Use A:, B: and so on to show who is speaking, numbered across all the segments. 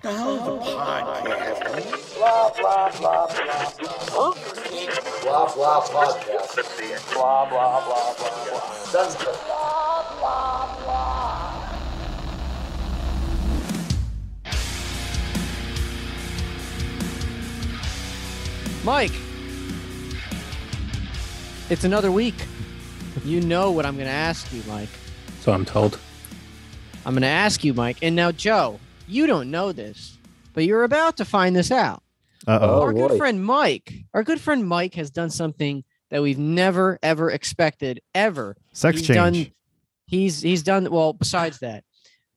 A: the hell is a podcast?
B: Blah, blah, blah, blah, blah.
C: Blah blah podcast.
B: Blah, blah, blah, blah, blah.
C: Sounds good.
D: Mike, it's another week. You know what I'm going to ask you, Mike.
E: So I'm told.
D: I'm going to ask you, Mike. And now, Joe, you don't know this, but you're about to find this out.
E: Uh
C: Oh.
D: our good
C: boy.
D: friend Mike, our good friend Mike has done something that we've never, ever expected, ever.
F: Sex
D: he's
F: change.
D: Done, he's he's done well. Besides that,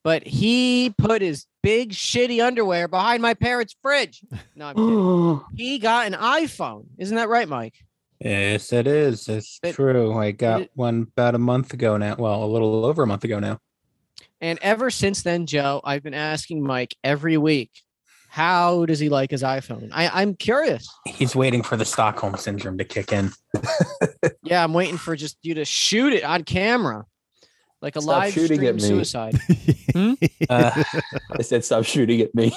D: but he put his big shitty underwear behind my parents' fridge. No, I'm kidding. he got an iPhone. Isn't that right, Mike?
E: Yes, it is. It's
D: But-
E: true. I got
D: it-
E: one about a month ago now. Well, a little over a month ago now.
D: And ever since then, Joe, I've been asking Mike every week, how does he like his iPhone? I, I'm curious.
E: He's waiting for the Stockholm syndrome to kick in.
D: Yeah, I'm waiting for just you to shoot it on camera, like a
G: Stop
D: live
G: shooting
D: stream
G: at me.
D: suicide.
E: Uh,
G: I said, stop shooting at me.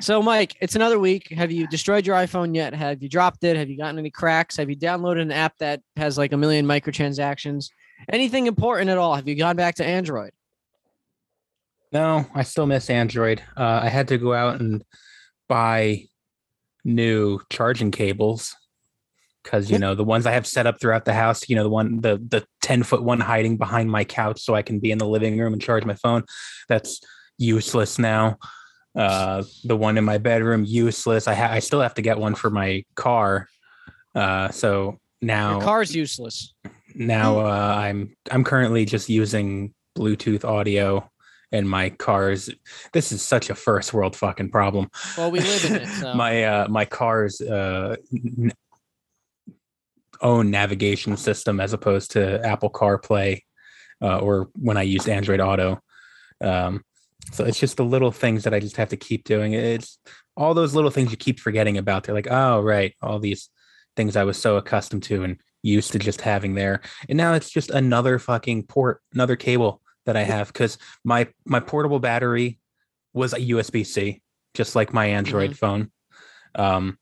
D: So, Mike, it's another week. Have you destroyed your iPhone yet? Have you dropped it? Have you gotten any cracks? Have you downloaded an app that has like a million microtransactions? Anything important at all? Have you gone back to Android?
E: no, I still miss Android. Uh, I had to go out and buy new charging cables because you know the ones I have set up throughout the house. You know the one the the ten foot one hiding behind my couch so I can be in the living room and charge my phone. That's useless now. Uh, the one in my bedroom useless. I ha- I still have to get one for my car. Uh, so now
D: Your car's useless.
E: now uh, I'm I'm currently just using Bluetooth audio in my cars. This is such a first world fucking problem.
D: Well, we live in it. So.
E: my uh, my car's uh, n- own navigation system as opposed to Apple CarPlay uh, or when I used Android Auto. Um, so it's just the little things that I just have to keep doing. It's all those little things you keep forgetting about. They're like, oh right, all these things I was so accustomed to and used to just having there, and now it's just another fucking port, another cable that I have because my my portable battery was a USB C, just like my Android phone. Um,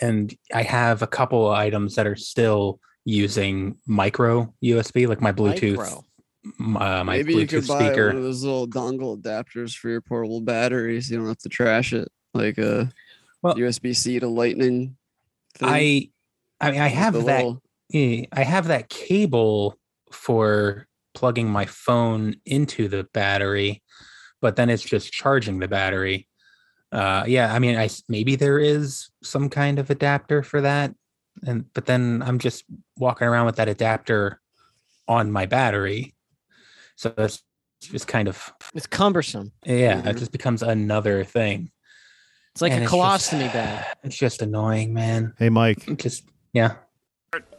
E: and I have a couple of items that are still using micro USB, like my Bluetooth,
D: Micro.
E: m- uh, my
H: Maybe
E: Bluetooth
H: you could buy
E: speaker.
H: one of those little dongle adapters for your portable batteries. You don't have to trash it like uh, a
E: Well,
H: USB C to Lightning. Thing.
E: I, I mean, I
H: Just
E: have
H: the
E: that.
H: little-
E: eh, I have that cable for plugging my phone into the battery, but then it's just charging the battery. Uh, yeah, I mean, I s- maybe there is some kind of adapter for that, and but then I'm just walking around with that adapter on my battery, so that's just kind of
D: It's cumbersome.
E: yeah, it
H: Mhm.
E: just becomes another thing.
D: It's like
E: And
D: a
E: it's just-
D: colostomy bag.
E: It's just annoying, man.
F: Hey, Mike.
E: Just yeah.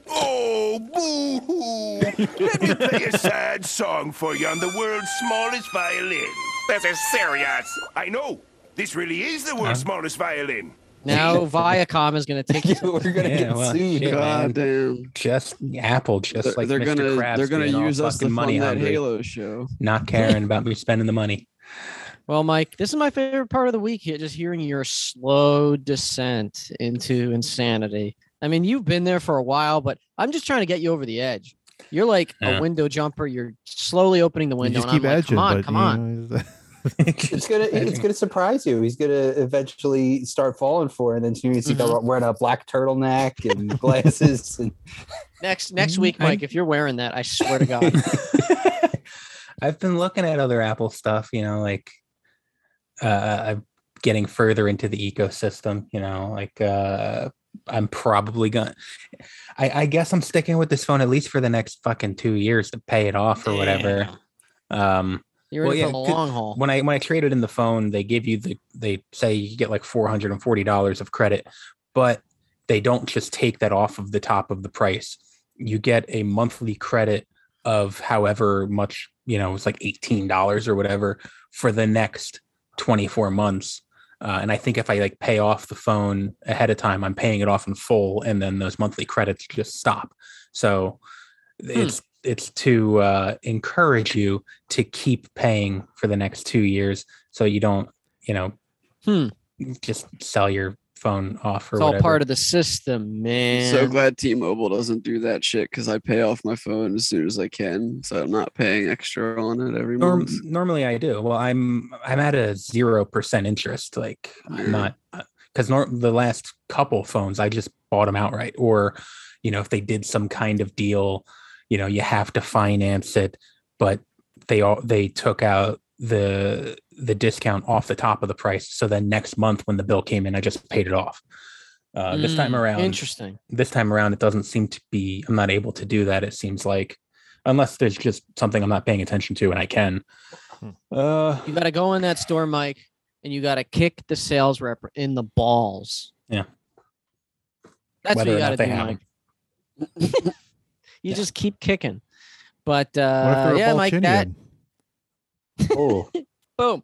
A: Oh, boo hoo! Let me play a sad song for you on the world's smallest violin. This is serious. I know. This really is the world's smallest violin.
D: Now Viacom is going to take you.
G: We're gonna
E: Yeah,
G: get
E: well,
G: sued.
E: shit, man.
H: God damn.
E: just Apple, just
H: They're,
E: like
H: they're
E: Mr.
H: gonna
E: Krabs
H: they're gonna
E: being all
H: use us to
E: fucking
H: fund
E: money
H: that
E: hungry,
H: Halo show.
E: not caring about me spending the money.
D: Well, Mike, this is my favorite part of the week here, just hearing your slow descent into insanity. I mean, you've been there for a while, but I'm just trying to get you over the edge. You're like
E: Yeah.
D: a window jumper. You're slowly opening the
F: You
D: window.
F: just
D: and
F: keep
D: I'm like,
F: edging,
D: come on,
F: but
D: come
F: you
D: on.
F: know,
G: It's gonna it's gonna surprise you. He's gonna eventually start falling for it, and then soon he's
D: Mhm.
G: wearing a black turtleneck and glasses. And
D: Next next week,
E: I-
D: Mike, if you're wearing that, I swear to God.
E: I've been looking at other Apple stuff, you know, like uh, I'm getting further into the ecosystem, you know, like uh, I'm probably gonna. I, I guess I'm sticking with this phone at least for the next fucking two years to pay it off or whatever. Um,
D: You're
E: Well,
D: in
E: yeah,
D: for the
E: could-
D: long haul.
E: when I when I traded in the phone, they give you the they say you get like four hundred and forty dollars of credit, but they don't just take that off of the top of the price. You get a monthly credit of however much you know it's like eighteen dollars or whatever for the next twenty four months. Uh, and I think if I like pay off the phone ahead of time, I'm
D: Hmm.
E: paying it off in full, and then those monthly credits just stop. So it's it's to uh, encourage you to keep paying for the next two years, so you don't, you know,
D: Hmm.
E: just sell your phone off or
D: It's all
E: whatever.
D: part of the system, man.
H: So glad T-Mobile doesn't do that shit because I pay off my phone as soon as I can, so I'm not paying extra on it every
E: Norm-
H: month.
E: normally I do. Well, I'm I'm at a zero percent interest. Like
H: Yeah.
E: I'm not because norm the last couple phones I just bought them outright. Or, you know, if they did some kind of deal, you know, you have to finance it, but they all they took out the the discount off the top of the price. So then next month when the bill came in, I just paid it off. Uh, this time
D: Mm,
E: around,
D: Interesting.
E: this time around it doesn't seem to be i'm not able to do that it seems like unless there's just something i'm not paying attention to and i can
F: Hmm.
E: uh
D: You got to go in that store, Mike, and you got to kick the sales rep in the balls.
E: Yeah.
D: That's
E: Whether
D: what
E: or
D: you got
E: not
D: to
E: they
D: do,
E: have
D: Mike. you
E: Yeah.
D: just keep kicking. But
F: What if
D: uh,
F: they're a
D: yeah, Mike, that
F: Balchinian?
G: Oh,
D: boom.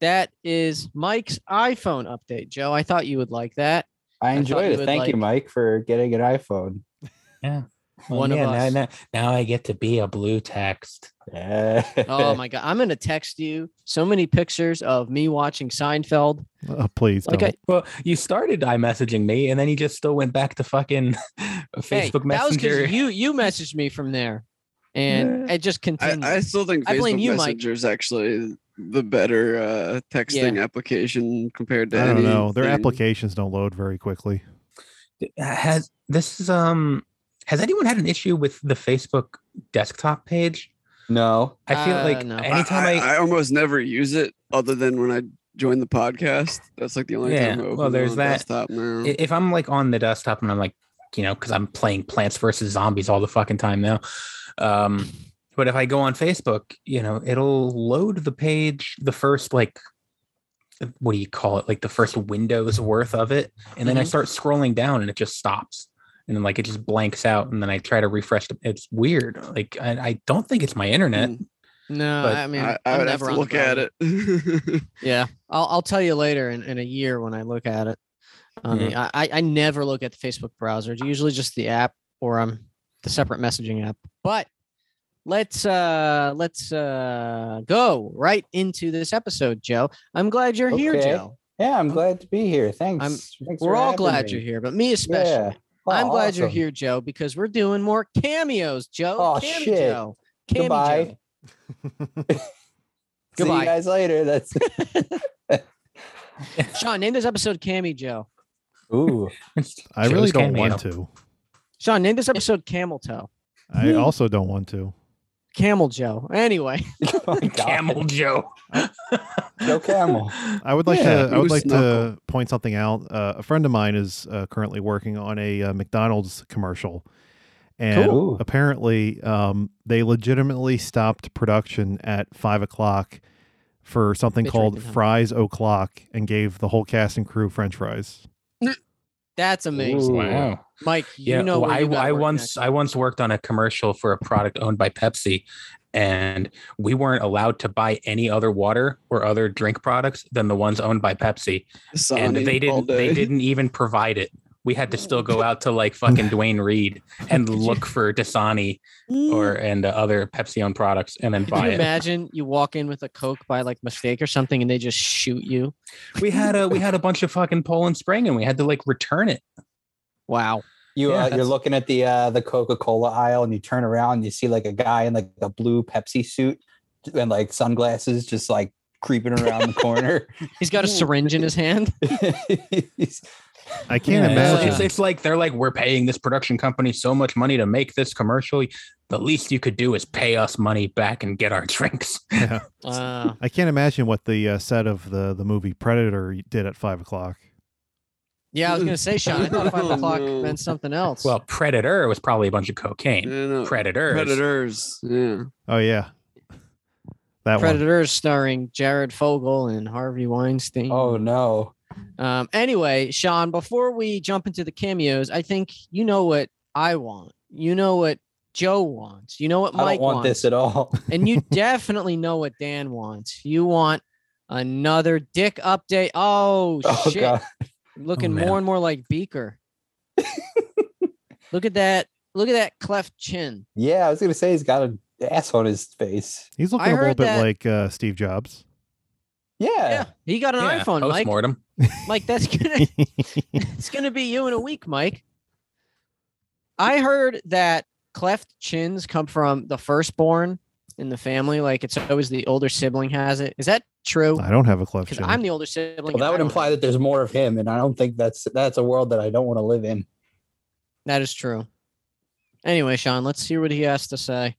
D: That is Mike's iPhone update, Joe. I thought you would like that.
G: I
D: thought you
G: enjoyed it.
D: would
G: Thank you, Mike, for getting an iPhone.
E: well,
D: one of
E: yeah,
D: us.
E: Now, now, now i get to be a blue text
G: Yeah.
D: Oh my god, I'm gonna text you so many pictures of me watching Seinfeld.
F: Oh, please
D: Like
F: don't.
D: I,
E: well you started i messaging me and then you just still went back to fucking
D: hey,
E: facebook
D: that was
E: messenger
D: because you you messaged me from there, and it just continued.
H: I, I still think
D: I blame
H: Facebook
D: you, Mike.
H: Messenger is actually the better uh, texting application compared to
F: I don't
H: any
F: know. Their
H: thing.
F: applications don't load very quickly.
E: has this is um has anyone had an issue with the facebook desktop page
G: No.
E: i feel
D: Uh,
E: like
D: no.
E: anytime
H: I,
E: i,
H: I, I almost never use it other than when I join the podcast. That's like the only
E: Yeah,
H: time I
E: well,
H: open
E: there's
H: it on
E: that.
H: desktop now.
E: I- if I'm like on the desktop and I'm like, you know, because I'm playing Plants versus Zombies all the fucking time now. Um, but if I go on Facebook, you know, it'll load the page the first like what do you call it? Like the first window's worth of it. And then
D: Mhm.
E: I
H: Mm-hmm.
E: start scrolling down and it just stops. And then like it just blanks out. And then I try to refresh. the- It's weird. Like I, I don't think it's my internet.
H: Hmm.
D: no,
E: but
D: I mean,
H: I, I
D: I'm
H: would have to
D: never on the
H: look at
D: browser.
H: it. I
D: Yeah, I'll I'll tell you later in, in a year when I look at it. I mean,
E: Mm-hmm.
D: I I I never look at the Facebook browser. It's usually just the app or um the separate messaging app. But let's uh let's uh go right into this episode, Joe. I'm glad you're here,
G: Okay.
D: Joe.
G: Yeah, I'm glad to be here. Thanks. Thanks
D: Oh. We're
G: for
D: all
G: having
D: glad
G: me.
D: you're here, but me especially.
G: Yeah. Oh,
D: I'm glad you're
G: awesome.
D: here, Joe, because we're doing more cameos, Joe.
G: Oh,
D: Cammy
G: shit.
D: Joe. Cammy
G: Goodbye.
D: Joe.
G: See
D: Goodbye.
G: you guys later. That's
D: Sean, name this episode Cammy Joe.
G: ooh.
F: I really don't want to.
D: Sean, name this episode Camel Toe.
F: I also don't want to.
D: Camel Joe. Anyway,
G: Oh my God.
E: Camel Joe.
G: Joe Camel.
F: I would like
G: Yeah,
F: to. I would
H: Moose
F: like
H: Knuckle.
F: to point something out. Uh, a friend of mine is uh, currently working on a uh, McDonald's commercial, and
G: Cool.
F: apparently, um, they legitimately stopped production at five o'clock for something
D: Bitch
F: called
D: right there.
F: Fries O'clock, and gave the whole cast and crew French fries.
D: that's amazing.
G: Ooh.
E: Wow.
D: Mike, you
E: yeah,
D: know
E: well,
D: where
E: I,
D: you gotta
E: I
D: work
E: once
D: next.
E: I once worked on a commercial for a product owned by Pepsi, and we weren't allowed to buy any other water or other drink products than the ones owned by Pepsi,
H: Sony
E: and they
H: all
E: didn't they
H: day.
E: didn't even provide it. We had to still go out to like fucking Dwayne Reed and look for Dasani or and uh, other Pepsi owned products and then
D: Can
E: buy
D: Mm. you
E: it.
D: imagine you walk in with a Coke by like mistake or something and they just shoot you?
E: We had a we had a bunch of fucking Poland Spring and we had to like return it.
D: Wow.
G: You
E: Yeah,
G: uh, you're
E: that's-
G: looking at the uh, the Coca Cola aisle, and you turn around, and you see like a guy in like a blue Pepsi suit and like sunglasses, just like creeping around the corner.
D: He's got a syringe in his hand.
G: He's-
F: I can't
E: Yeah, it's-
F: imagine.
E: It's, it's like they're like, we're paying this production company so much money to make this commercial. The least you could do is pay us money back and get our drinks.
F: Yeah.
D: Uh,
F: I can't imagine what the uh, set of the the movie Predator did at five o'clock.
D: yeah, I was gonna say, Sean. I thought five
H: Oh,
D: o'clock
H: no.
D: meant something else.
E: Well, Predator was probably a bunch of cocaine.
H: Yeah, no,
E: Predators.
H: predators. Yeah.
F: Oh yeah, that one.
D: Predators starring Jared Fogle and Harvey Weinstein.
G: oh no!
D: Um, anyway, Sean, before we jump into the cameos, I think you know what I want. You know what Joe wants. You know what
G: I
D: Mike
G: don't want
D: wants.
G: this at all.
D: and you definitely know what Dan wants. You want another dick update. Oh,
G: Oh
D: shit.
G: god!
D: Looking
E: Oh, man.
D: more and more like Beaker. Look at that. Look at that cleft chin.
G: Yeah, I was gonna say he's got an ass on his face.
F: He's looking
D: I
F: a little
D: heard
F: bit
D: that-
F: like uh, Steve Jobs.
G: Yeah.
D: Yeah, he got an
E: Yeah,
D: iPhone, Mike.
E: Postmortem.
D: Mike, that's gonna it's gonna be you in a week, Mike. I heard that cleft chins come from the firstborn in the family. Like it's always the older sibling has it. Is that true?
F: I don't have a cleft
D: Because
F: chin.
D: I'm the older sibling.
G: Well,
D: and I
G: that would
D: don't-
G: imply that there's more of him, and I don't think that's that's a world that I don't want to live in.
D: that is true. Anyway, Sean, let's hear what he has to say.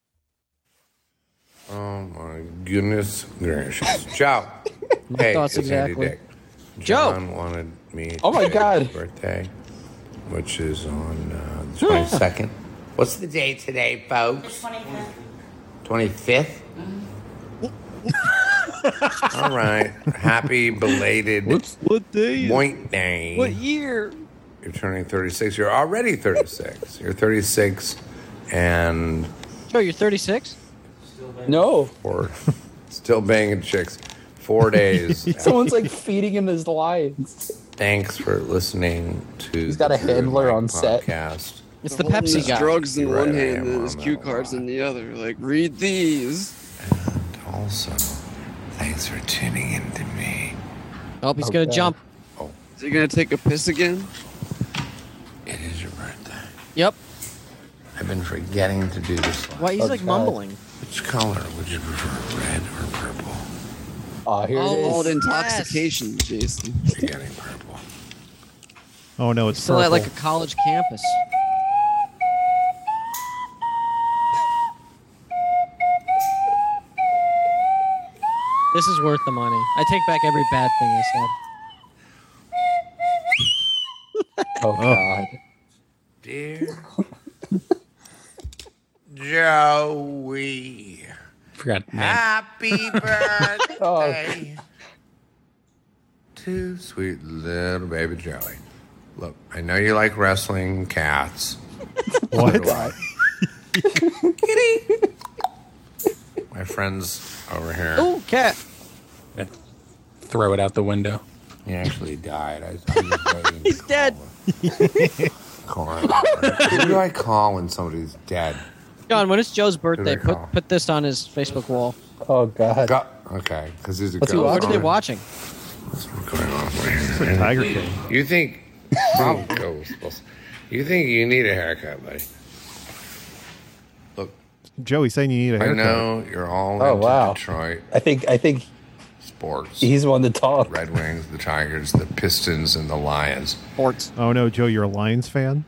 I: Oh my goodness gracious. Joe. hey,
D: thoughts
I: it's Andy
D: exactly.
I: Dick.
D: Joe.
I: John wanted me
G: Oh my
I: to share
G: God.
I: his birthday, which is on uh, the 22nd. What's the day today, folks? 25th. 25th? All right. Happy belated
H: What day? is-
I: point day.
H: What year?
I: You're turning 36. You're already 36. You're 36 and
D: Joe, you're 36.
G: No,
I: four. Still banging chicks. Four days.
G: someone's like feeding him his lions.
I: Thanks for listening to.
G: He's got a
I: the Drew and
G: handler
I: Mike
G: on set.
I: podcast.
D: It's the Pepsi
H: There's
D: guy.
H: drugs in
I: You're
H: one
I: right, I
H: hand
I: am
H: and there's
I: on
H: cue
I: that
H: cards
I: one.
H: in the other. Like, read these.
I: Also, thanks for tuning in to me.
D: Oh, he's gonna
G: Okay.
D: jump.
G: Oh.
H: Is he gonna take a piss again?
I: It is your birthday.
D: Yep.
I: I've been forgetting to do this. One.
D: Why he's like
G: Okay.
D: mumbling.
I: Which color would you prefer, red or purple?
G: Oh, here
H: All
G: it
H: the
G: is.
H: intoxication, Jason.
I: Forgetting purple.
F: oh no, it's
D: Still at like a
F: purple.
D: college campus. This is worth the money. I take back every bad thing I said.
G: Oh God.
I: Dear Joey,
E: Forgot. the name.
I: happy birthday to sweet little baby Joey. Look, I know you like wrestling cats.
F: what?
I: My friends over here.
H: Oh.
D: Ooh, cat.
E: Throw it out the window.
I: He actually died. I, I was waiting
D: He's
I: to
D: dead.
I: Call him. Who do I call when somebody's dead?
D: John, when it's Joe's birthday,
I: they call?
D: put put this on his Facebook wall.
G: Oh God.
I: Go- okay, because he's a
G: Let's see,
I: ghost.
D: What are they
I: Oh,
D: watching?
I: what's going on over here?
F: Tiger King.
I: You think? Oh, ghost. You think you need a haircut, buddy? Look,
F: Joey's saying you need a
I: I
F: haircut.
I: know you're all
G: Oh,
I: into
G: wow.
I: Detroit
G: I think I think
I: sports.
G: he's the one to talk.
I: Red Wings, the Tigers, the Pistons, and the Lions.
D: Sports.
F: Oh no, Joe, you're a Lions fan.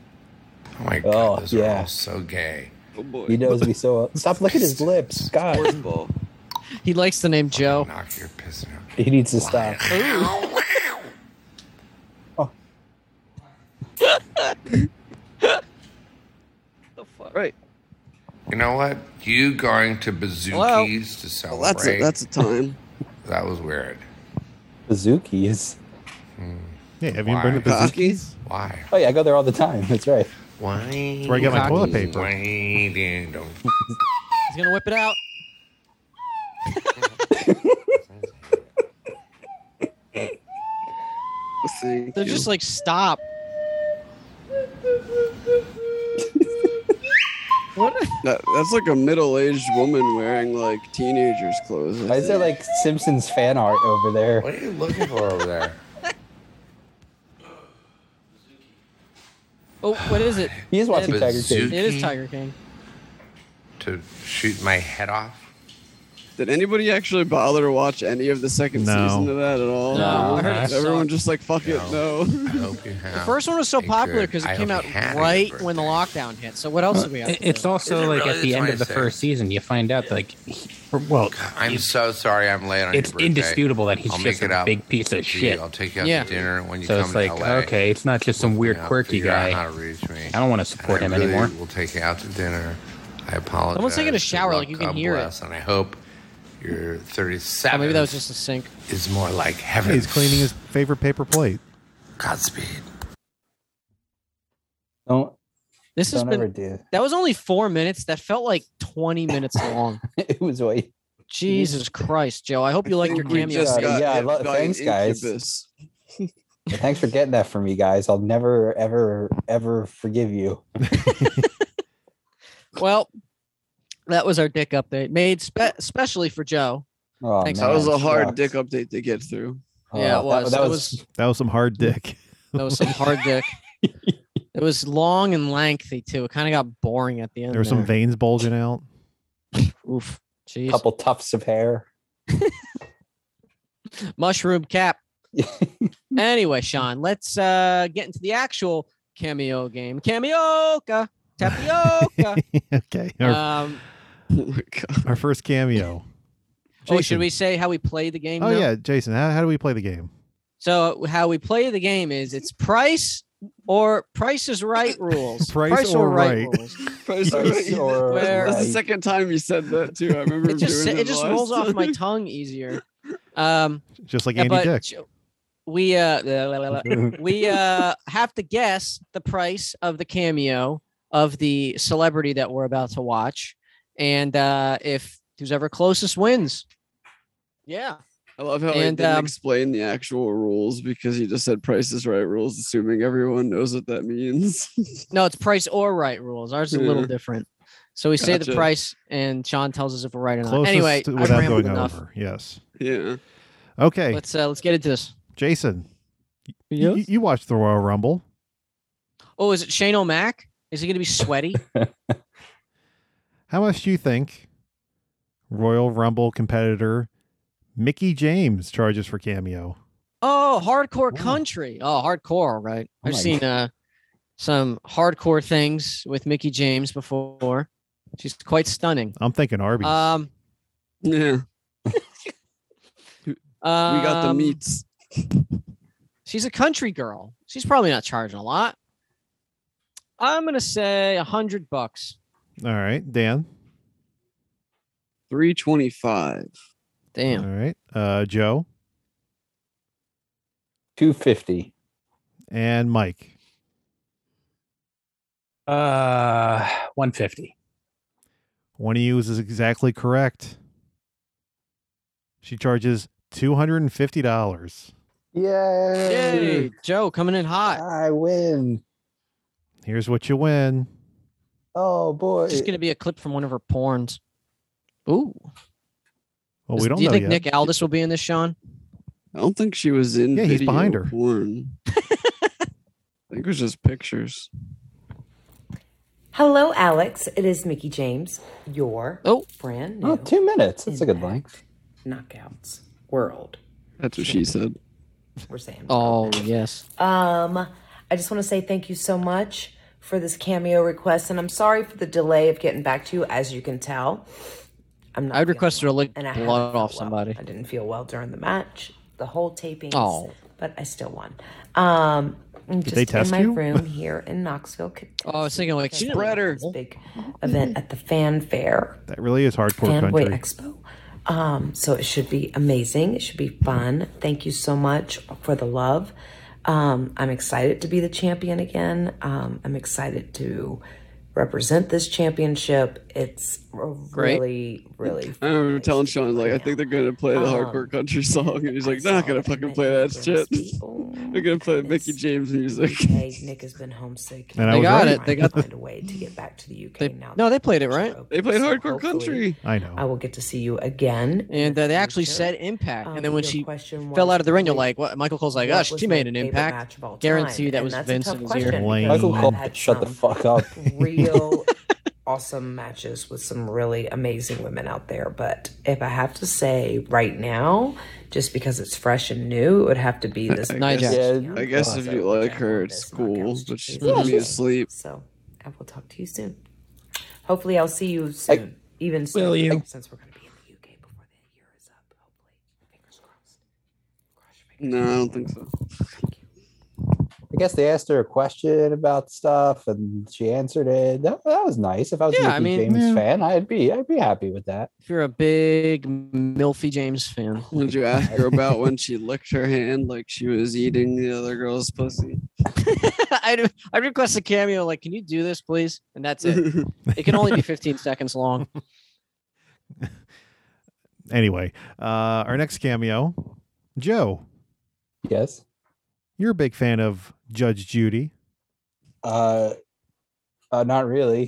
I: Oh my God,
G: Oh,
I: those are
G: yeah.
I: all so gay.
H: Oh boy.
G: He knows me so. Stop licking his lips, God.
H: Ball.
D: He likes the name Joe.
I: Knock your piss out.
G: He needs to stop.
H: Right.
I: You know what? You going to Bazookies
D: Hello?
I: to
H: Well,
I: celebrate?
H: that's a, that's a time.
I: That was weird.
G: Bazooki is.
F: Yeah, have you been to
I: Why?
F: Bazooki?
H: Cockies.
I: Why?
G: Oh yeah, I go there all the time. That's right.
I: Why? That's
F: where I get my
D: toilet
F: paper.
D: He's gonna whip it out.
H: Thank
D: They're
H: you.
D: just like stop. what?
H: That, that's like a middle-aged woman wearing like teenagers' clothes. I
G: Why is there
H: think.
G: like Simpsons fan art over there?
I: What are you looking for over there?
D: Oh, what is it?
G: He is watching
I: Bazooki.
G: Tiger
D: It
G: King.
D: is Tiger King.
I: To shoot my head off?
H: Did anybody actually bother to watch any of the second
F: No.
H: season of that at all?
D: No,
E: I heard it
H: Everyone
D: sucked.
H: just like fuck it, no.
I: I hope you have.
D: The first one was so
I: a
D: popular
I: good-
D: because
I: I
D: it came
I: hope
D: out
I: you had a good
D: right when the
I: birthday.
D: lockdown hit. So what else did we have?
E: It-
D: to
E: It's
D: do?
E: also
I: Is it
E: like
I: really
E: at the end of the
I: 26?
E: first season, you find out that like, he- well,
I: I'm so sorry I'm late on
E: it's
I: your birthday.
E: indisputable that he's
I: I'll
E: just
I: make it
E: a
I: up
E: big piece of
I: to you.
E: shit.
I: I'll take you out
D: Yeah.
I: to dinner when you
E: So
I: come
E: it's like, uh,
I: to LA.
E: okay, it's not just some weird
I: Now,
E: quirky
I: figure out
E: guy.
I: How to reach me.
E: I don't want to support
I: And
E: him
I: I really
E: anymore.
I: We'll take you out to dinner. I apologize.
D: Someone's taking a
I: Good
D: shower, like, you
I: luck.
D: can
I: God
D: hear it.
I: bless, And I hope your
D: Oh,
I: 37
D: maybe that was just a sink.
I: is more like heaven.
F: He's cleaning his favorite paper plate.
I: Godspeed.
G: Don't
D: This has
G: don't ever
D: been.
G: do.
D: That was only four minutes. That felt like twenty minutes long.
G: It was way.
D: Jesus Christ, Joe! I hope you like your
H: We
D: cameo.
H: just
G: Uh,
H: got
G: yeah, I
H: hit
G: love-
H: by an
G: thanks, guys.
H: incubus.
G: Thanks for getting that for me, guys. I'll never, ever, ever forgive you.
D: Well, that was our dick update, made spe- especially for Joe.
G: Oh,
D: Thanks.
H: That was a hard
G: sucks.
H: dick update to get through.
G: Oh,
D: Yeah, it was.
G: That,
D: It
G: that
D: was-
G: was
F: That was some hard dick.
D: That was some hard dick. It was long and lengthy too. It kind of got boring at the end.
F: There were some veins bulging out.
D: Oof.
G: a
D: Jeez.
G: couple tufts of hair.
D: Mushroom cap. Anyway, Sean, let's uh, get into the actual cameo game. Cameoca. Tapioca.
F: okay. Our,
D: um,
H: Oh my god.
F: our first cameo.
D: oh,
F: Jason.
D: should we say how we play the game?
F: Oh,
D: now?
F: yeah. Jason, how, how do we play the game?
D: So how we play the game is it's price or price is right rules.
F: Price or right.
D: rules.
H: Price
G: Price
H: already.
G: or
H: That was
G: right.
H: the second time you said that too. I remember
D: It just
H: doing
D: it just
H: last
D: rolls off my
H: time.
D: tongue easier. Um
F: Just like
D: Yeah,
F: Andy
D: but
F: Dick.
D: ch- we uh la- la- la- la- we uh have to guess the price of the cameo of the celebrity that we're about to watch, and uh if who's ever closest wins. Yeah,
H: I love how he
D: And,
H: didn't
D: um,
H: explain the actual rules because he just said Price is Right rules, assuming everyone knows what that means.
D: no, it's price or right rules. Ours is a
H: Yeah.
D: little different. So we say the
H: Gotcha.
D: price, and Sean tells us if we're right or not.
F: Closest
D: anyway,
F: to-
D: I
F: without
D: rambled
F: going
D: enough.
F: over. Yes.
H: yeah.
F: Okay.
D: Let's uh, let's get into this.
F: Jason, you, you watched the Royal Rumble.
D: Oh, is it Shane O'Mac? Is he going to be sweaty?
F: How much do you think Royal Rumble competitor Mickey James charges for cameo?
D: Oh, hardcore
G: Wow.
D: country. Oh, hardcore, right?
G: Oh
D: I've
G: my
D: seen uh, some hardcore things with Mickey James before. She's quite stunning.
F: I'm thinking Arby's.
D: Um,
H: Yeah. We got the
D: um,
H: meats.
D: She's a country girl. She's probably not charging a lot. I'm gonna say a hundred bucks.
F: All right, Dan.
H: 325.
D: Damn.
F: All right, uh, Joe
G: two fifty.
F: and Mike.
E: Uh, 150.
F: One of you is exactly correct. She charges two hundred and fifty dollars.
G: Yay!
D: Yay, Joe coming in hot.
G: I win.
F: Here's what you win.
G: Oh boy.
D: This is gonna be a clip from one of her porns. Ooh.
F: Well,
D: Is-
F: we don't
D: do you
F: know
D: think
F: yet.
D: Nick Aldis will be in this, Sean?
H: I don't think she was in
F: Yeah, he's
H: video
F: behind her.
H: porn. I think it was just pictures.
J: Hello, Alex. It is Mickey James, your
D: Oh.
J: brand new
G: oh, two minutes. That's a good
J: Impact
G: length.
J: knockouts world.
H: That's what she said.
J: We're saying.
D: Oh yes.
J: Um, I just want to say thank you so much for this cameo request, and I'm sorry for the delay of getting back to you. As you can tell, I'm not.
D: I would
J: feeling
D: request her to
J: well,
D: lick
J: and I
D: blood
J: haven't felt
D: off
J: well.
D: somebody.
J: I didn't feel well during the match, the whole taping.
D: Oh.
J: but I still won. Um, I'm just
F: they test
J: in my
F: you?
J: room here in Knoxville. Kentucky.
D: Oh, I was thinking, like,
J: Because we
D: spreader.
J: had This big event at the Fan Fair
F: That really is
J: Fanboy
F: hardcore country.
J: Expo. Um, so it should be amazing. It should be fun. Thank you so much for the love. Um, I'm excited to be the champion again. Um, I'm excited to represent this championship. It's a really, really.
H: I remember telling Sean, like, I think they're going to play the hardcore country song. And he's like, they're not going to fucking play that shit. they're going to play Mickey James music.
J: Hey, Nick has been homesick.
F: And I They was
D: got right. it. They
J: Trying to
D: got-
J: find a way to get back to the UK
D: They-
J: now.
D: no,
J: that
D: they played it,
J: the
D: right?
J: doors are
H: They played
J: open. So
H: hardcore
J: hopefully-
H: country.
F: I
J: I
F: know.
J: will get to see you again. in
D: And
J: the
D: uh, they actually
J: future.
D: said impact.
J: Um,
D: and then when
J: your
D: she
J: question
D: fell
J: was
D: out of the ring, you're
J: really,
D: like, what? Michael Cole's like,
J: what
D: gosh,
J: was
D: she
J: my
D: made an
J: favorite
D: impact.
J: match of all
D: Guarantee
J: time?
D: that
J: And
D: was
J: that's a
D: Vince
J: tough
D: in his
J: question
D: ear.
F: Lame.
J: because
G: Michael
J: I've
G: Cole,
J: had
G: shut the
J: some
G: fuck up.
J: real awesome matches with some really amazing women out there. But if I have to say right now, just because it's fresh and new, it would have to be this.
H: I
D: Nia
H: guess-
D: Jax.
G: Yeah.
H: I guess if you like her, it's cool, but she's putting me to sleep.
J: So I will talk to you soon. Hopefully, I'll see you soon. even soon,
E: you?
J: since we're going to be in the UK before the year is up. Hopefully, fingers crossed. Cross your fingers.
H: No, I don't think so.
G: I guess they asked her a question about stuff, and she answered it. That, that was nice. If I was
D: Yeah,
G: a
D: I
G: Mickey
D: mean,
G: James
F: yeah.
G: fan, I'd be I'd be happy with that.
D: If you're a big Milfy James fan,
H: Did you ask her about when she licked her hand like she was eating the other girl's pussy?
D: I'd, I'd request a cameo. Like, can you do this, please? And that's it. It can only be 15 seconds long.
F: Anyway, uh, our next cameo, Joe.
G: Yes.
F: You're a big fan of Judge Judy.
G: Uh, Uh, not really,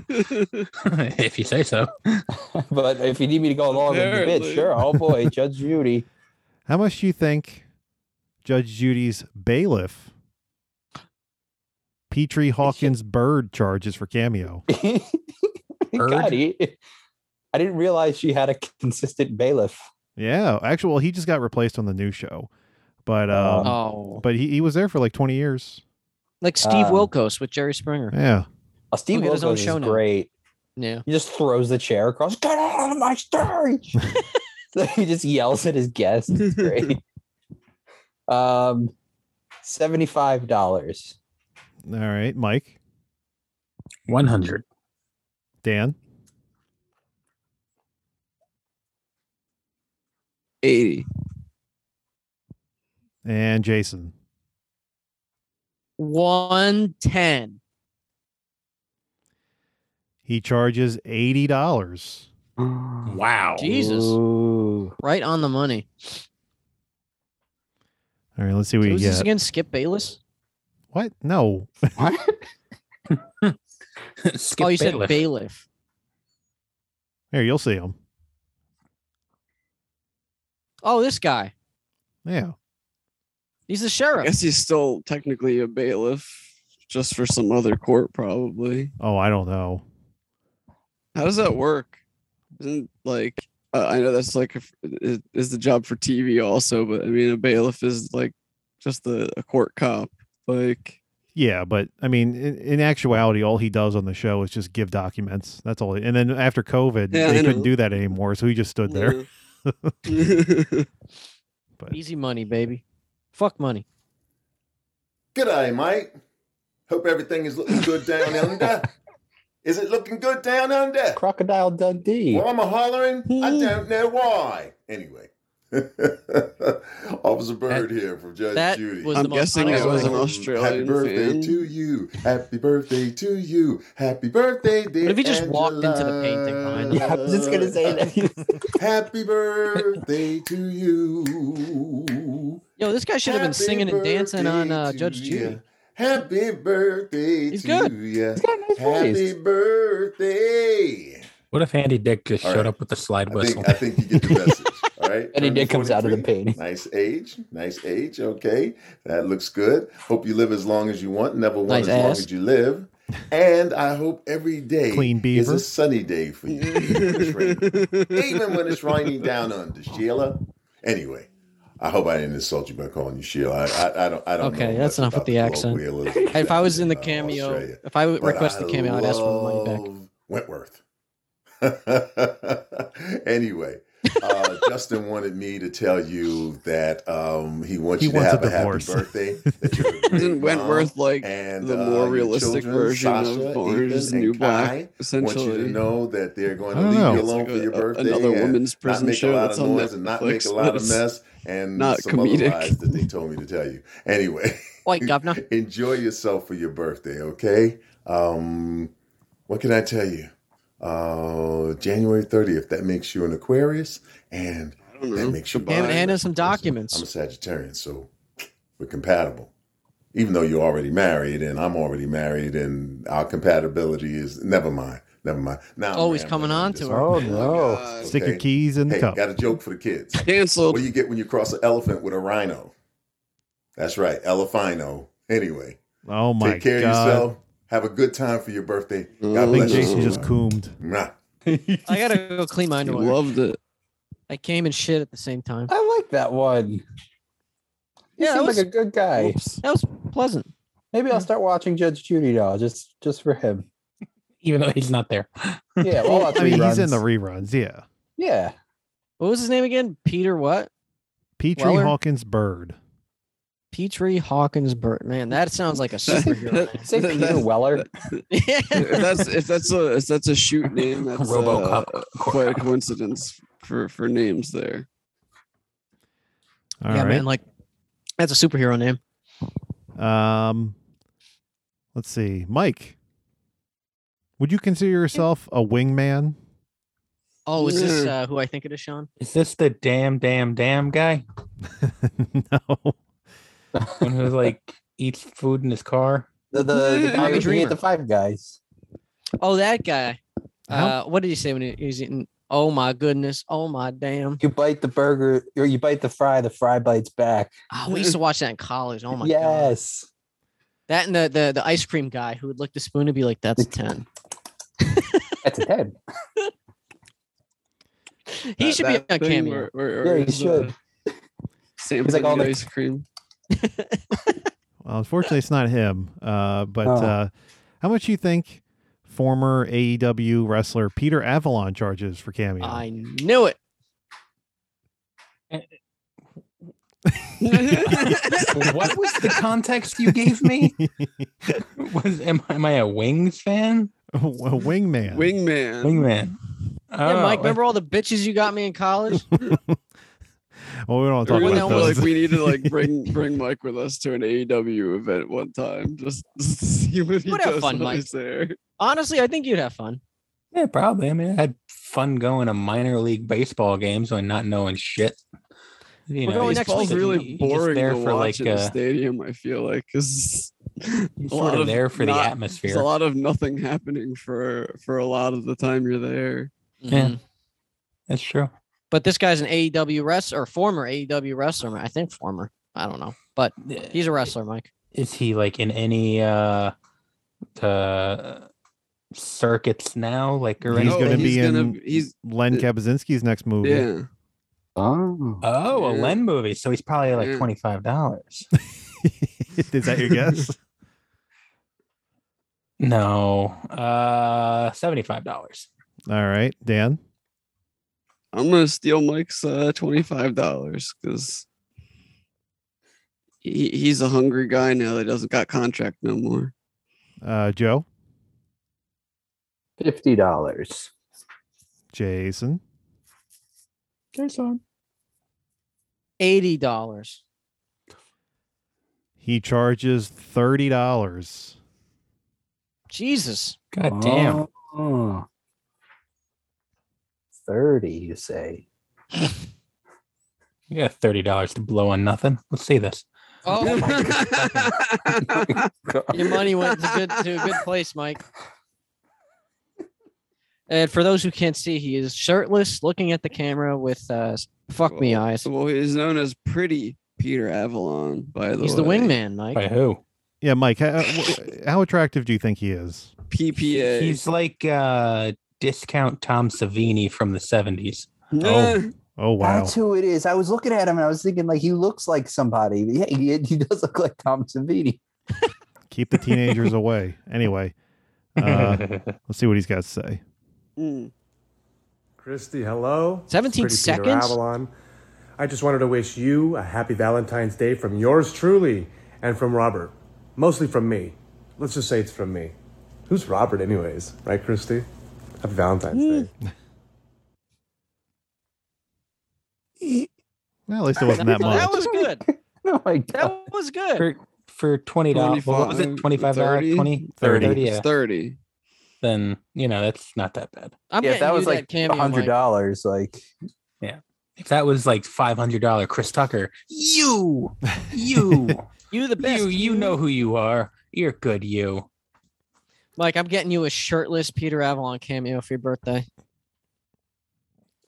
E: if you say so.
G: but if you need me to go along with the
H: Apparently.
G: bit, sure. Oh boy, Judge Judy.
F: How much do you think Judge Judy's bailiff, Petrie Hawkins Bird, charges for cameo?
G: God, he, I didn't realize she had a consistent bailiff.
F: Yeah, actually, well, he just got replaced on the new show, but um,
D: Oh,
F: but he, he was there for like twenty years.
D: like Steve
G: um,
D: Wilkos with Jerry Springer.
F: Yeah,
G: Oh, Steve
D: Look at his own
G: Wilkos is
D: show now.
G: great.
D: Yeah.
G: He just throws the chair across. Get out of my stage! he just yells at his guests. It's great. um, seventy-five dollars.
F: all right, Mike,
E: 100.
F: Dan,
H: 80.
F: and Jason.
D: One ten.
F: He charges eighty dollars.
E: Wow.
D: Jesus.
G: Ooh.
D: Right on the money.
F: All right, let's see what
D: Who's
F: you
D: this
F: get.
D: again? Skip Bayless?
F: What? No,
E: Skip
D: oh, you
E: bailiff.
D: said bailiff.
F: here you'll see him.
D: Oh, this guy.
F: Yeah,
D: He's the
H: I
D: sheriff.
H: guess he's still technically a bailiff, just for some other court, probably.
F: Oh, I don't know.
H: How does that work? Isn't like uh, I know that's like a, is- is the job for TV also, but I mean a bailiff is like just the a court cop. Like
F: Yeah, but I mean, in, in actuality, all he does on the show is just give documents. That's all. he- and then after COVID,
H: Yeah,
F: they
H: I
F: couldn't
H: know.
F: do that anymore, so he just stood there.
H: Yeah.
F: But
D: Easy money, baby. Fuck money.
C: G'day, mate. Hope everything is looking good down under. Is it looking good down under?
G: Crocodile Dundee.
C: Why am I hollering? I don't know why. Anyway, Officer Bird here from Judge
D: that
C: Judy.
D: was
H: I'm
D: the most
H: guessing it was an
D: unexpected-
C: Happy
H: Australian
C: birthday
H: fan.
C: to you. Happy birthday to you. Happy birthday, dear
D: if he just walked into the painting
C: Angela.
D: behind him?
G: Yeah, I was just gonna say that.
C: Happy birthday to you.
D: Yo, this guy should have been
C: Happy
D: singing and dancing on
C: birthday
D: uh,
C: to
D: Judge
C: ya.
D: Judy.
C: Happy birthday
D: He's
C: to
D: good.
C: you.
G: He's got a nice
C: Happy
G: voice.
C: birthday.
E: What if Andy Dick just
C: All
E: showed
C: right.
E: up with the slide
C: I
E: whistle?
C: think, I think you get the message. All right.
G: And he
C: Turning
G: did comes out of the
C: 43.
G: painting.
C: Nice age. Nice age. Okay. That looks good. Hope you live as long as you want. Never want
D: Nice
C: as long
D: ass.
C: as you live. And I hope every day
F: Clean
C: is
F: beaver.
C: a sunny day for you. Even when it's raining down under, Sheila. Anyway, I hope I didn't insult you by calling you Sheila. I, I, I don't. I don't.
D: Okay,
C: know
D: that's
C: much
D: enough with
C: about
D: the accent.
C: colloquialisms
D: If I was in the
C: uh,
D: cameo,
C: Australia,
D: if I would
C: but
D: request
C: I
D: the cameo, I'd ask for my money back.
C: love Wentworth. anyway, uh, Justin wanted me to tell you that um, he wants
F: He
C: you to
F: wants a
C: have a, happy
F: divorce.
C: birthday. That you're a great
H: Isn't Wentworth
C: mom,
H: like
C: and,
H: the
C: uh,
H: more
C: your
H: realistic
C: children,
H: version
C: Sasha,
H: of Orange is the
C: Ethan,
H: New
C: and
H: Black?
C: Kai, want you to
H: Essentially,
C: know that they're going to
F: I don't
C: leave
F: know.
C: you
F: It's
C: alone
H: like
C: for
H: a-
C: your
H: a-
C: birthday.
H: another
C: and
H: women's prison
C: not make
H: show
C: a lot
H: that's
C: of
H: on
C: noise and not make a
H: Netflix,
C: lot
H: but
C: of
H: it's
C: mess and
H: not
C: some other
H: comedic.
C: lies that they told me to tell you. Anyway.
D: Oi, governor.
C: Enjoy yourself for your birthday, okay? Um, what can I tell you? Uh, January 30th, that makes you an Aquarius, and
H: I don't
C: that
H: know.
C: makes you
D: Hand,
H: Fine.
D: hand us some
C: I'm a
D: documents.
C: Sagittarian, so we're compatible. Even though you're already married, and I'm already married, and our compatibility is never mind, never mind. Now, I'm
D: Oh, he's
C: rambling
D: coming on
C: this
D: to
C: one.
D: her.
G: Oh
H: God.
G: no!
C: Okay.
F: Stick your keys in the
C: Hey,
F: cup.
C: got a joke for the kids.
H: Cancelled.
C: What do you get when you cross an elephant with a rhino? That's right, elephino. Anyway.
F: Oh my
C: Take care of
F: god!
C: yourself. Have a good time for your birthday.
F: I
H: Oh,
C: God
F: think
C: bless
F: Jason
C: you.
F: just coomed.
C: Mwah.
F: Oh,
D: I gotta go clean my underwear.
H: Loved it.
D: I came and shit at the same time.
G: I like that one. He
D: Yeah, that
G: seemed
D: was-
G: like a good guy.
D: That was pleasant.
G: Maybe I'll start watching Judge Judy now, just just for him.
E: Even though he's not there.
G: Yeah, well, watch
F: I mean, he's in the
G: reruns.
F: reruns. Yeah,
G: yeah.
D: What was his name again? Peter what?
F: Petrie
D: Weller?
F: Hawkins Bird.
D: Petrie Hawkins Burt. Man, that sounds like a superhero.
H: That-
G: Say
H: that-
G: Peter Weller.
D: name.
H: if that's if that's a if that's a shoot name, that's uh,
E: RoboCop.
H: quite a coincidence for for names there.
F: All
D: yeah,
F: right.
D: man, like that's a superhero name.
F: Um, let's see, Mike. Would you consider yourself a wingman?
D: Oh, is this
H: Yeah.
D: uh, who I think it is, Sean?
E: Is this the damn, damn, damn guy?
F: no.
E: One who like eats food in his car?
G: The the, the guy
D: Bobby
G: who's eating
D: Dreamer.
G: at the Five Guys.
D: Oh, that guy.
F: How-
D: Uh, what did he say when he he was eating? Oh my goodness! Oh my damn!
G: You bite the burger or you bite the fry, the fry bites back.
D: Oh, we used to watch that in college. Oh my god!
G: yes.
D: That and the, the the ice cream guy who would lick the spoon and be like, "That's a 10.
G: That's a 10.
D: He
H: That-
D: should
H: that
D: be on
H: thing
D: cameo.
H: where- where-
G: Yeah,
H: where
G: he
H: it's,
G: should.
H: uh, sampling
G: all
H: the
G: the-
H: ice cream.
F: Well, Uh, unfortunately, it's not him. Uh, but
G: Oh.
F: uh, how much you think former AEW wrestler Peter Avalon charges for cameo?
D: I knew it.
E: what was the context you gave me? Was am, am I a Wings fan?
F: a
D: Oh.
F: wingman.
H: Wingman.
E: Wingman.
D: yeah,
E: Oh,
D: Mike, remember all the bitches you got me in college?
F: well, we don't
H: I
F: want to talk
H: really
F: about
H: feel
F: those.
H: like we need to like bring bring Mike with us to an AEW event one time. Just see what he
D: Would have
H: does
D: fun,
H: when
D: Mike.
H: he's there.
D: Honestly, I think you'd have fun.
E: Yeah, probably. I mean, I had fun going to minor league baseball games and not knowing shit. You
D: We're
E: know,
D: going next
E: baseball's
D: week.
E: really
H: really
E: you're just
H: boring
E: there
H: to
E: for
H: watch
E: like
H: in the
E: uh,
H: stadium. I feel like because
E: you're
H: a
E: sort
H: lot
E: of
H: of
E: there for the
H: not-
E: atmosphere.
H: there's a lot of nothing happening for for a lot of the time you're there.
E: Yeah.
D: Mhm.
E: That's true.
D: But this guy's an AEW wrestler, or former AEW wrestler. I think former. I don't know, but he's a wrestler, Mike.
E: Is he like in any uh uh circuits now? Like or anything?
F: He's
H: No,
F: gonna be
H: Oh, he's gonna-
F: in-
H: he's
F: Len Kapuscinski's next movie.
H: yeah.
G: Oh.
E: Oh, a
H: Yeah.
E: Len movie. So he's probably like
H: Yeah.
E: twenty five dollars.
F: Is that your guess?
E: No, uh, seventy five dollars.
F: All right, Dan.
H: I'm gonna steal Mike's uh, twenty five dollars because he, he's a hungry guy now that doesn't got contract no more.
F: Uh, Joe.
G: Fifty dollars.
F: Jason.
D: Eighty dollars.
F: He charges thirty dollars.
D: Jesus.
E: God damn.
G: Oh. Thirty, you say?
E: You got thirty dollars to blow on nothing. Let's see this.
D: Oh,
H: That's
D: your money went to, good, to a good place, Mike. And for those who can't see, he is shirtless, looking at the camera with uh, s- fuck me
H: Well,
D: eyes.
H: Well, he's known as Pretty Peter Avalon. By the
D: He's
H: way,
D: the wingman, Mike.
E: By who?
F: Yeah, Mike. How, wh- how attractive do you think he is?
H: PPA.
E: He's like uh discount Tom Savini from the seventies.
H: Yeah.
F: Oh wow.
G: That's who it is. I was looking at him and I was thinking, like, he looks like somebody. Yeah, he, he does look like Tom Savini.
F: Keep the teenagers away. Anyway, uh, let's see what he's got to say.
H: Mm.
K: Christy, hello.
D: 17
K: Pretty Peter
D: seconds?
K: Avalon. I just wanted to wish you a happy Valentine's Day from yours truly and from Robert. Mostly from me. Let's just say it's from me. Who's Robert, anyways? Right, Christy? Happy
F: Hmm.
K: Valentine's Day.
F: Well, at least it wasn't that
D: That,
F: much.
D: was good.
G: Oh my god.
D: That was good.
E: for for twenty dollars. What was it? Twenty
H: 25,
E: five dollars?
H: 30?
E: Twenty?
F: 30.
E: Thirty?
H: It's
E: Yeah.
H: thirty.
E: Then you know that's not that bad.
D: I'm getting
G: yeah, if that
D: you
G: was like
D: cameo,
G: hundred
D: Mike.
G: dollars, like
E: If that was like five hundred dollar Chris Tucker, you, you,
D: You the best.
E: you, you know who you are. You're good. You.
D: Mike, I'm getting you a shirtless Peter Avalon cameo for your birthday.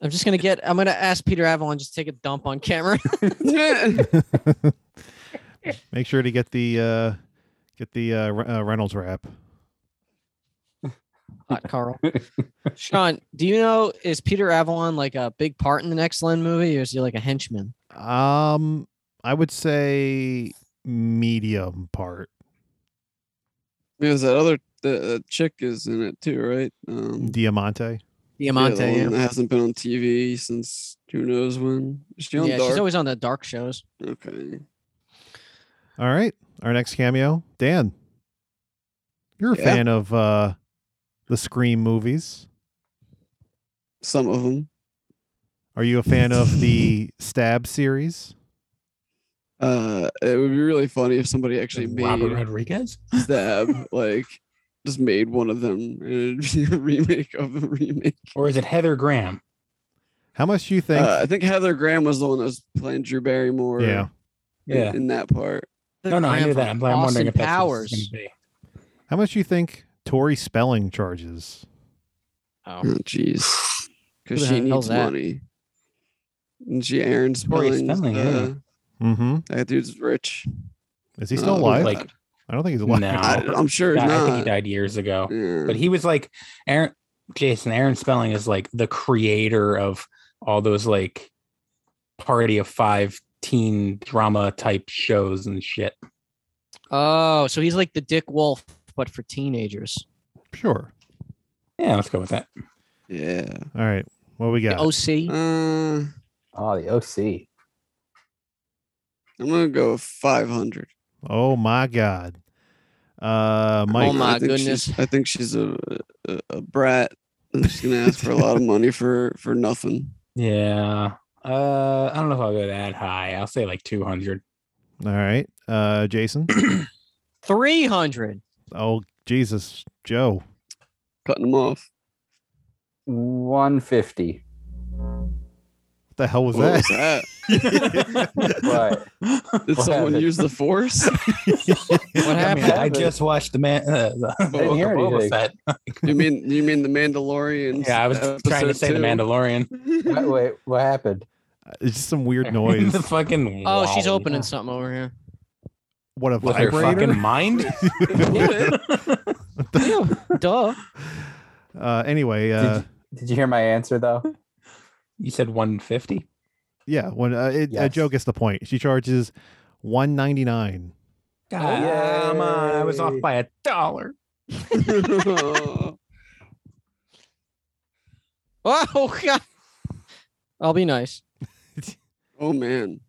D: I'm just gonna get. I'm gonna ask Peter Avalon just take a dump on camera.
F: Make sure to get the uh, get the uh, Re- uh, Reynolds wrap.
D: Hot Carl. Sean, do you know is Peter Avalon like a big part in the next Len movie, or is he like a henchman?
F: Um, I would say medium part.
H: Because that other the, uh chick is in it too, right? Um,
F: Diamante.
H: Yeah,
D: Diamante.
H: the
D: Yeah,
H: one that hasn't been on TV since who knows when. Is she on
D: Yeah,
H: Dark?
D: she's always on the dark shows.
H: okay.
F: All right. Our next cameo, Dan. You're a
H: Yeah.
F: fan of uh, the Scream movies.
H: Some of them.
F: Are you a fan of the Stab series?
H: Uh, it would be really funny if somebody actually
E: Robert
H: made
E: Rodriguez.
H: Stab, like, just made one of them and it'd be a remake of the remake.
E: Or is it Heather Graham?
F: How much do you think?
H: Uh, I think Heather Graham was the one that was playing Drew Barrymore
F: yeah.
H: in, in that part.
E: No, no, I knew that. I'm, I'm
D: Austin
E: wondering if that's what
D: Powers.
E: it's gonna be.
F: How much do you think Tori Spelling charges?
D: Oh,
H: jeez.
F: Who the
H: Because she
F: hell's
H: needs
F: that?
H: money. And she Aaron
E: Tori
H: Spelling.
E: Spelling,
H: uh,
F: Mm-hmm.
H: That dude's rich.
F: Is he still
H: Uh,
F: alive?
E: like-
F: I don't think he's alive.
E: No,
H: I- I'm sure he's
E: I think he
H: not.
E: died years ago.
H: Yeah.
E: But he was like Aaron Jason. Aaron Spelling is like the creator of all those like party of five teen drama type shows and shit.
D: Oh, so he's like the Dick Wolf, but for teenagers.
F: Sure.
E: Yeah, let's go with that.
H: Yeah.
F: All right. What we got?
D: OC.
H: Uh,
G: Oh, the OC.
H: I'm gonna go with 500.
F: Oh my God. Uh, Mike.
D: Oh my
H: I think she's-
D: goodness.
H: I think she's a, a a brat. And she's gonna ask for a lot of money for for nothing.
E: Yeah. Uh, I don't know if I'll go that high. I'll say like 200.
F: All right. Uh, Jason.
D: 300.
F: oh Jesus, Joe.
H: Cutting them off.
G: 150.
F: What the hell was
H: what
F: that?
H: was that?
G: But
H: Did
G: What
H: someone
G: happened?
H: use the force?
D: What
E: I, mean,
D: happened?
E: I just watched the man. Uh, the
G: didn't hear
E: Book of Boba
G: anything.
E: Fett.
H: Oh. you mean you mean the Mandalorian?
E: Yeah, I was trying to say the Mandalorian.
G: wait, wait, what happened?
F: Uh, It's just some weird noise.
E: the fucking.
D: Oh, she's
E: wow.
D: opening something over here.
F: what a
E: with her
F: vibrator.
E: fucking mind.
D: Duh.
F: Uh, anyway, uh,
G: Did you hear my answer though?
E: you said 150.
F: yeah. When uh, it, uh,
G: Yes.
F: Joe gets the point, she charges one ninety nine.
E: Come on, I was off
G: Yay.
E: by a dollar.
H: Mandalorian.
D: Oh, God. I'll be nice.
H: oh man,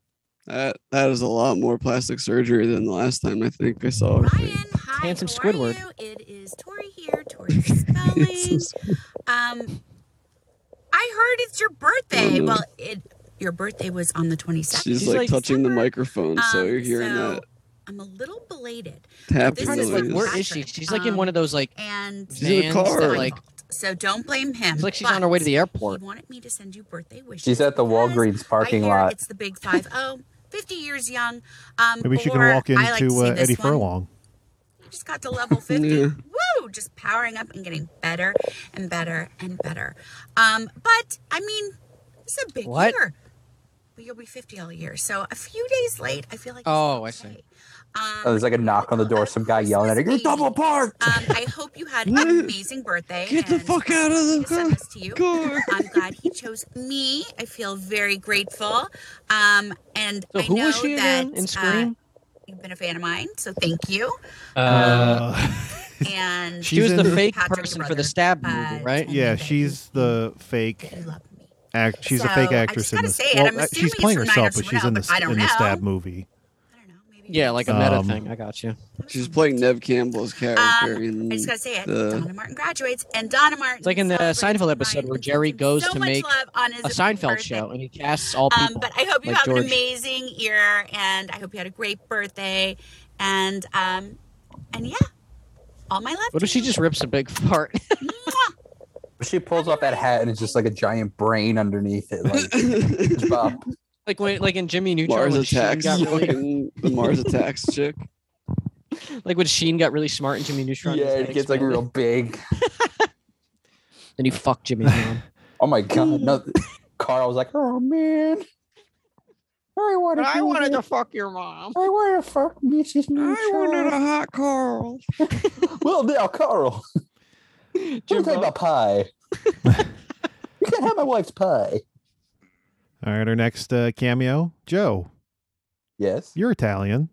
H: that that is a lot more plastic surgery than the last time I think I saw her.
L: Ryan, hi,
D: Handsome
L: how are
D: Squidward.
L: you? It is Tori here, Tori Spelling.
H: It's so-
L: um, I heard it's your birthday. Well, it your birthday was on the 22nd.
H: She's
D: She's
H: like
D: like,
H: touching the
L: "Summer."
H: microphone, so
L: Um,
H: you're hearing
L: so
H: that
L: I'm a little belated.
H: tapping.
L: This
D: Trying to,
L: is um,
D: like,
H: noise.
D: where is she? She's like in one of those like
L: And
H: She's in a
D: vans that,
H: car.
D: like
L: so don't blame him.
D: it's like she's on her way to the airport.
L: He wanted me to send you birthday wishes.
G: She's at the
L: because
G: Walgreens
L: I
G: parking
L: hear
G: lot.
L: It's the big five oh. 50 years young. Um,
F: Maybe she can
L: or
F: walk
L: I like to
F: into
L: see
F: uh,
L: this
F: Eddie
L: one.
F: Furlong.
L: You just got to level 50.
H: Yeah.
L: Woo! Just powering up and getting better and better and better. Um, but I mean, it's a big
D: What?
L: year. But you'll be 50 all year. So a few days late, I feel like. it's
D: Oh, I see.
L: okay.
G: Oh,
L: Um,
G: there's like a knock on the door. Some guy yelling at her, "You're double parked!"
L: um, I hope you had an amazing birthday.
H: Get the
L: and
H: fuck out of the
L: to send
H: car.
L: this to you.
H: Car.
L: I'm glad he chose me. I feel very grateful. Um, and
D: So
L: I
D: who
L: know
D: was she
L: that
D: again in
L: uh,
D: Scream?
L: you've been a fan of mine, so thank you. Uh,
H: Uh,
L: And
F: She
D: she was
F: she's
D: the
F: in-
D: fake
L: Patrick's
D: person for
L: brother,
D: the stab
L: uh,
D: movie, right?
L: Tim.
F: Yeah, she's the fake.
L: you love me.
F: Act, she's a fake
L: So, I
F: actress
L: just
F: in
L: gotta
F: this.
L: say it,
F: well,
L: I'm
F: uh,
L: assuming
F: she's
L: it's
F: playing
L: from
F: herself, but
L: 90210,
F: she's in the
L: but I don't
F: in the stab
L: know.
F: movie.
L: I don't know, maybe
D: Yeah, like a meta
F: Um,
D: thing. I got you.
H: She's playing Nev Campbell's character. in
L: Um, I just gotta say it.
H: the-
L: Donna Martin graduates, and Donna Martin.
D: It's like in the
L: celebrates
D: Seinfeld episode
L: Ryan
D: where
L: with
D: Jerry
L: so
D: goes to
L: much
D: make
L: love on his
D: A Seinfeld
L: birthday.
D: show, and he casts all
L: Um,
D: people.
L: but I hope you
D: like
L: have an
D: George.
L: amazing year, and I hope you had a great birthday, and um, and yeah, all my love.
D: What
L: to
D: if she
L: you.
D: just rips a big fart?
G: She pulls off that hat, and it's just like a giant brain underneath it. Like, up.
D: like when, like in Jimmy Neutron,
H: Mars
D: when Sheen
H: attacks.
D: got really,
H: fucking- the Mars attacks chick.
D: like when Sheen got really smart in Jimmy Neutron.
G: yeah,
D: his
G: it
D: head
G: gets like
D: expanded.
G: real big.
D: Then you fuck Jimmy Neutron.
G: Oh my god! No, Carl was like, "Oh man, I want to. I wanted to fuck your mom. I want to fuck Mrs. Neutron.
H: hot Carl.
G: Well, now, Carl, you talking about pie? you can't have my wife's pie.
F: All right, our next uh, cameo, Joe.
G: Yes,
F: You're Italian.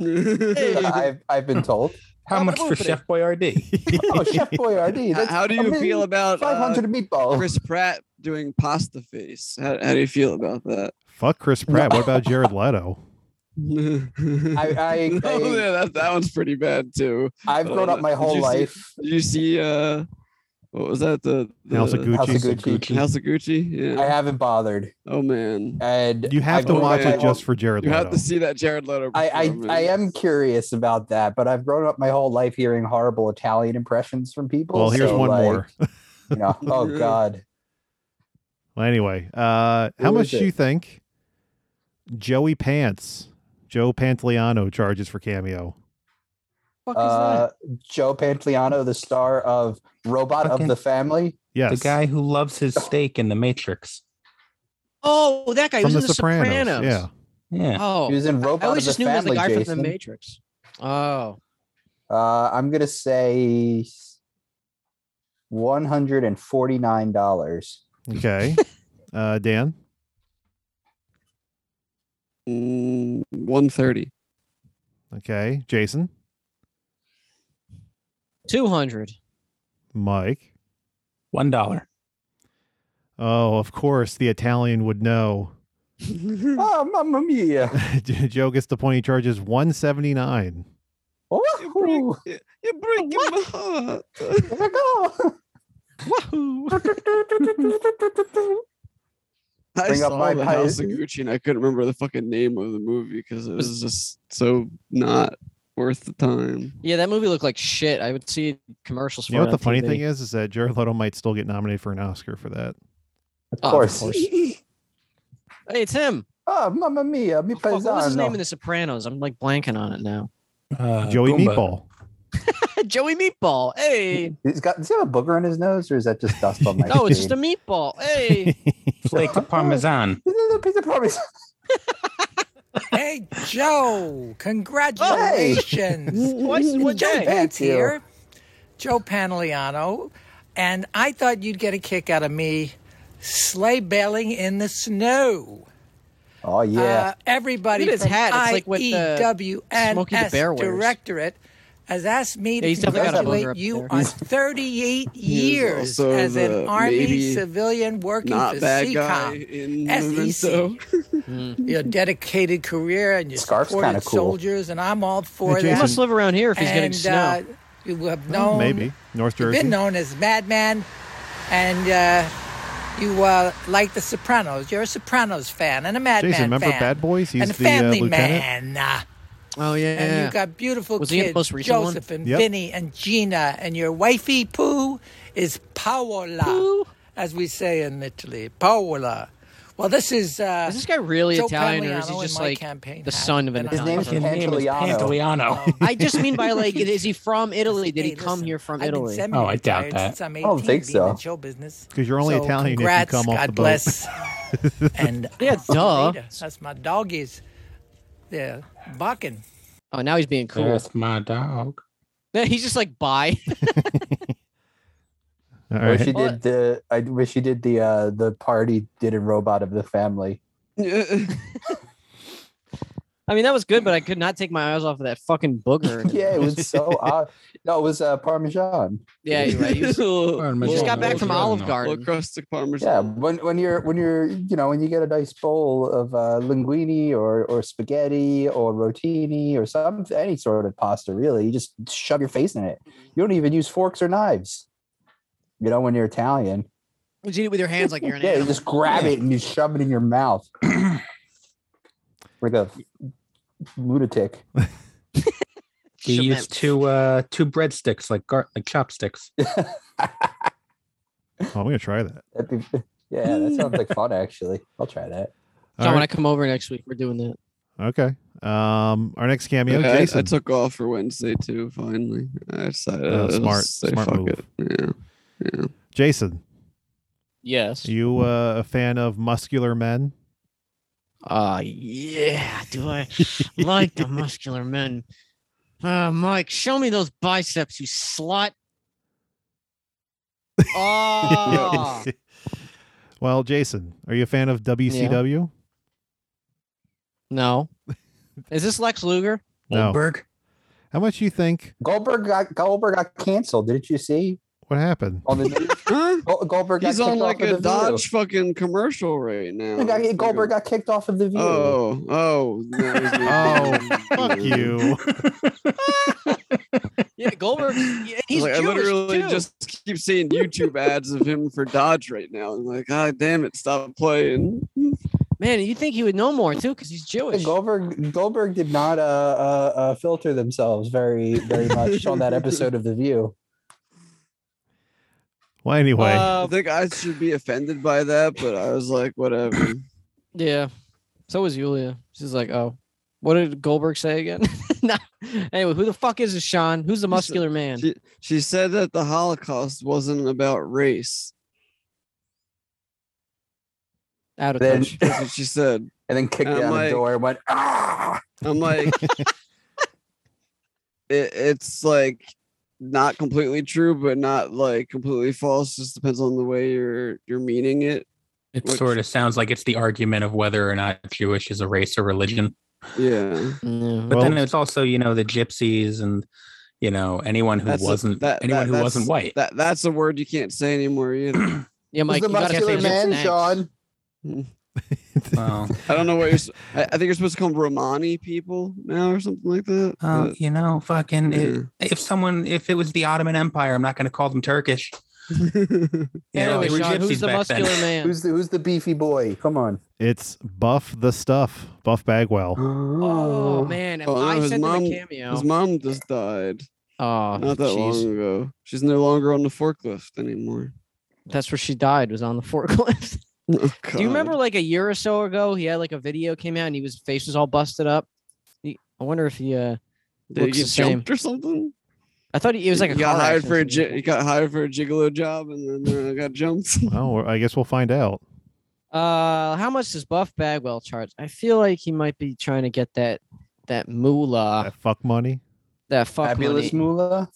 G: I've I've been told.
E: How much for Chef Boyardee?
G: Oh, Chef Boyardee.
H: How-
G: That's
H: How do you feel about
G: five
H: uh,
G: hundred meatballs?
H: Chris Pratt doing pasta face? How, how do you feel about that?
F: Fuck Chris Pratt. What about Jared Leto?
G: I-
H: no,
G: I-
H: yeah, that, that one's pretty bad too. Uh,
G: I've grown up my
H: Did
G: whole
H: you see-
G: life.
H: Did you see? uh What was that? The, the
F: House of
G: House of
F: Gucci.
G: Gucci.
H: House of Gucci.
G: I
H: Yeah.
G: haven't bothered,
H: Oh man,
G: and
F: You have
G: I've
F: to
G: grown up
F: watch
G: my
F: it
G: whole-
F: just for Jared
H: you have
F: Leto.
H: to see that Jared Leto.
G: I, I I
H: performance.
G: am curious about that, but I've grown up my whole life hearing horrible Italian impressions from people.
F: Well, here's
G: so,
F: one
G: like,
F: more.
G: You know, oh god,
F: Well, anyway, uh, how
G: Who
F: much
G: is
F: do you
G: it?
F: think Joey Pants, Joe Pantoliano charges for cameo?
D: fuck is
G: uh, Joe Pantoliano, the star of Robot
E: Fucking-
G: of the Family.
E: The guy who loves his steak in The Matrix.
D: Oh, that guy was
E: From The
D: in The
E: Sopranos,
D: Sopranos.
E: yeah. Yeah.
D: Oh,
G: He was in
D: I-
G: Robot
D: I always
G: of
D: just
G: the
D: knew it was the
G: Family,
D: guy from
G: Jason.
D: The Matrix. Oh,
G: Uh, I'm gonna say one hundred and forty nine dollars.
F: Okay. uh, Dan?
H: Mm, 130.
F: Okay. Jason?
D: 200.
F: Mike?
E: $1.
F: Oh, of course, the Italian would know.
G: oh, mamma mia!
F: Joe gets the point. He charges 179
G: Oh, Wahoo!
H: You're breaking my heart.
G: There go.
H: Wahoo. I
G: Bring up
H: saw
G: my
H: the
G: pie-
H: House of Gucci and I couldn't remember the fucking name of the movie because it was just so not worth the time.
D: yeah, that movie looked like shit. I would see commercials for
F: You know
D: it
F: what the
D: on
F: funny
D: TV.
F: thing is? Is that Jared Leto might still get nominated for an Oscar for that.
D: Oh,
G: course.
D: Hey, it's him.
G: Oh, mamma mia! Mi
D: Fuck, what was his name
G: paesano.
D: in The Sopranos? I'm like blanking on it now.
E: Uh,
F: Joey
G: Goomba.
F: Meatball.
D: Joey Meatball. Hey.
G: He's got. Does he have a booger on his nose, or is that just dust on my?
D: No, it's
G: shade?
D: just a meatball. Hey.
E: Flaked Parmesan.
G: This is a piece of parmesan.
M: Hey, Joe, congratulations.
D: What's- what's
M: Joe
D: that?
M: Pat's
D: Thank you.
M: here. Joe Panaliano. And I thought you'd get a kick out of me sleigh belling in the snow.
G: Oh yeah.
M: Uh, everybody
D: Look at his
M: from E
D: hat. It's like with the Smokey the
M: IEWNS
D: Bear wears.
M: Directorate has asked me
D: Yeah,
M: to
D: he's definitely got a booger
M: congratulate
D: up
M: you
D: there.
M: on 38
H: He was
M: years
H: also
M: as
H: the
M: an Army
H: maybe
M: civilian working for
H: Not bad guy
M: CCOM.
H: in
M: SEC.
H: Memento.
M: E Your dedicated career and your
G: Scarf's
M: supported
G: kinda cool.
M: soldiers, and I'm all
F: Hey,
M: for that.
F: Jason.
D: He must live around here if he's getting
M: And,
D: snow. Oh,
M: uh, you have known
F: Maybe North
M: You've
F: Jersey.
M: been known as Madman, and uh, you uh, like The Sopranos. You're a Sopranos fan and a Madman
F: Jason, remember
M: fan.
F: Bad Boys? He's
M: and a
F: the, uh,
M: family
F: lieutenant.
M: man. Uh,
D: oh yeah.
M: And you've got beautiful
D: Was he in the
M: kids,
D: most recent one?
M: Joseph and
F: Yep.
M: Vinny and Gina, and your wifey Pooh is Paola, as we say in Italy, Paola. Well, this is uh,
D: is this guy really
M: Joe
D: Italian, or is
M: Pagliano
D: he
M: in
D: just
M: my
D: like
M: campaign
D: the
M: hat,
D: son of an
M: and I'm
D: Italian?
G: name's
D: person?
G: Pan- Pantoliano.
E: Pantoliano.
D: I just mean by like, is he from Italy? Did he
M: Hey,
D: come
M: listen,
D: here from
M: I've been
D: Italy?
M: semi-retired
E: Oh, I doubt that.
M: Since I'm 18,
G: don't think
M: being
G: so.
M: in show business.
F: 'Cause you're only
M: So
F: Italian if you
M: congrats,
F: come off
M: God
F: the boat.
M: bless. and
D: Yeah,
M: I'll see you
D: duh.
M: later. That's my doggies. They're barking.
D: Oh, now he's being cool.
E: That's my dog.
D: He's just like, bye. Uh,
F: All
G: I wish
F: right.
G: you did the. I wish you did the. Uh, the party did in Robot of the Family.
D: I mean, that was good, but I could not take my eyes off of that fucking booger.
G: Yeah, it was so odd. No, it was uh, Parmesan.
D: yeah, you're right. He was-
E: Parmesan.
D: he just got back from
E: Parmigiano.
D: Olive
H: Little
D: Garden.
H: crustic
G: Yeah,
H: parmesan.
G: when when you're when you're you know when you get a nice bowl of uh, linguine or or spaghetti or rotini or some any sort of pasta really, you just shove your face in it. You don't even use forks or knives. You know when you're Italian,
D: You eat it with your hands like you're an
G: yeah, you
D: animal.
G: just grab it and you shove it in your mouth like a lunatic.
E: He
D: Shements.
E: used two uh two breadsticks like gar- like chopsticks.
F: Oh, I'm gonna try that.
G: That'd be, yeah, that sounds like fun actually. I'll try that.
F: All
D: John, when I
F: right.
D: come over next week, we're doing that.
F: Okay. Um, our next cameo,
H: Uh, I- I,
F: Jason.
H: I took off for Wednesday too. Finally, I uh, decided.
F: Oh,
H: I'll
F: smart-
H: just say
F: smart
H: fuck
F: move.
H: it. Yeah, yeah.
F: Jason,
D: Yes.
F: are you uh, a fan of muscular men?
D: Uh yeah, do I like the muscular men? Uh Mike, show me those biceps, you slut.
H: Ah.
D: Oh
F: well, Jason, are you a fan of WCW?
D: no. Is this Lex Luger?
F: No.
E: Goldberg.
F: How much you think?
G: Goldberg got Goldberg got canceled. Didn't you see
F: What happened?
G: on the news?
H: Huh?
G: Gol- Goldberg got
H: He's
G: kicked
H: on
G: off
H: like
G: of
H: a
G: the
H: Dodge fucking commercial right now.
G: View. The guy-
H: It's like
G: Goldberg
H: a-
G: got kicked off of the view.
H: Oh, oh, no, he's
F: Oh,
H: not-
F: fuck
H: Yeah.
F: you.
D: Yeah, Goldberg. yeah, He's
H: Like, I
D: Jewish,
H: literally
D: too.
H: just keep seeing YouTube ads of him for Dodge right now. I'm like, God damn it, stop playing.
D: man. You think he would know more too, because he's Jewish.
G: Goldberg Goldberg did not uh, uh, uh, filter themselves very very much on that episode of The View.
F: Well, anyway,
H: I
D: Uh,
H: think I should be offended by that, but I was like, whatever.
D: yeah. So was Yulia. She's like, oh, What did Goldberg say again? no. Anyway, who the fuck is this, Sean? Who's the
H: She said-
D: muscular man?
H: She, she said that the Holocaust wasn't about race.
D: Out of
G: Then-
D: touch.
H: That's what she said.
G: And then kicked
H: And I'm
G: down
H: like-
G: the door and went, ah!
H: I'm like, it, it's like not completely true, but not like completely false. Just depends on the way you're you're meaning it.
E: It
H: Which-
E: sort of sounds like it's the argument of whether or not Jewish is a race or religion.
H: Yeah.
E: But then it's also, you know, the gypsies and you know, anyone who
H: That's a-
E: wasn't
H: that-
E: anyone
H: that-
E: who
H: that's-
E: wasn't white.
H: That that's a word you can't say anymore either.
D: Yeah, Mike, you gotta say snacks.
E: Well,
H: I don't know what you're. s- I, I think you're supposed to call them Romani people now or something like that.
E: um,
H: but-
E: you know, fucking
H: Mm-hmm.
E: if, if someone if it was the Ottoman Empire, I'm not going to call them Turkish. You know,
D: Anyway,
E: they were
D: Sean, Oh who's
E: gypsies
D: the
E: back then.
D: muscular man?
G: Who's the, who's the beefy boy? Come on.
F: It's Buff the Stuff, Buff Bagwell.
D: Oh, man, if
H: Oh,
D: I
H: no, his
D: sent him
H: mom,
D: a cameo.
H: his mom just died
D: oh,
H: not that
D: jeez.
H: long ago. She's no longer on the forklift anymore.
D: That's where she died. Was on the forklift.
H: Oh,
D: Do you remember like a year or so ago? He had like a video came out and he was face was all busted up. He, I wonder if he uh
H: God. Did he
D: looks the
H: get
D: same.
H: jumped or something?
D: I thought he, it was like a
H: he got
D: car
H: hired
D: accident
H: for
D: or
H: a
D: something.
H: gi- he got hired for a gigolo job and then uh, got jumped.
F: Oh, I guess we'll find out.
D: Uh, how much does Buff Bagwell charge? I feel like he might be trying to get that that moolah,
F: That fuck money.
D: that fuck
G: Fabulous
D: money.
G: Moolah.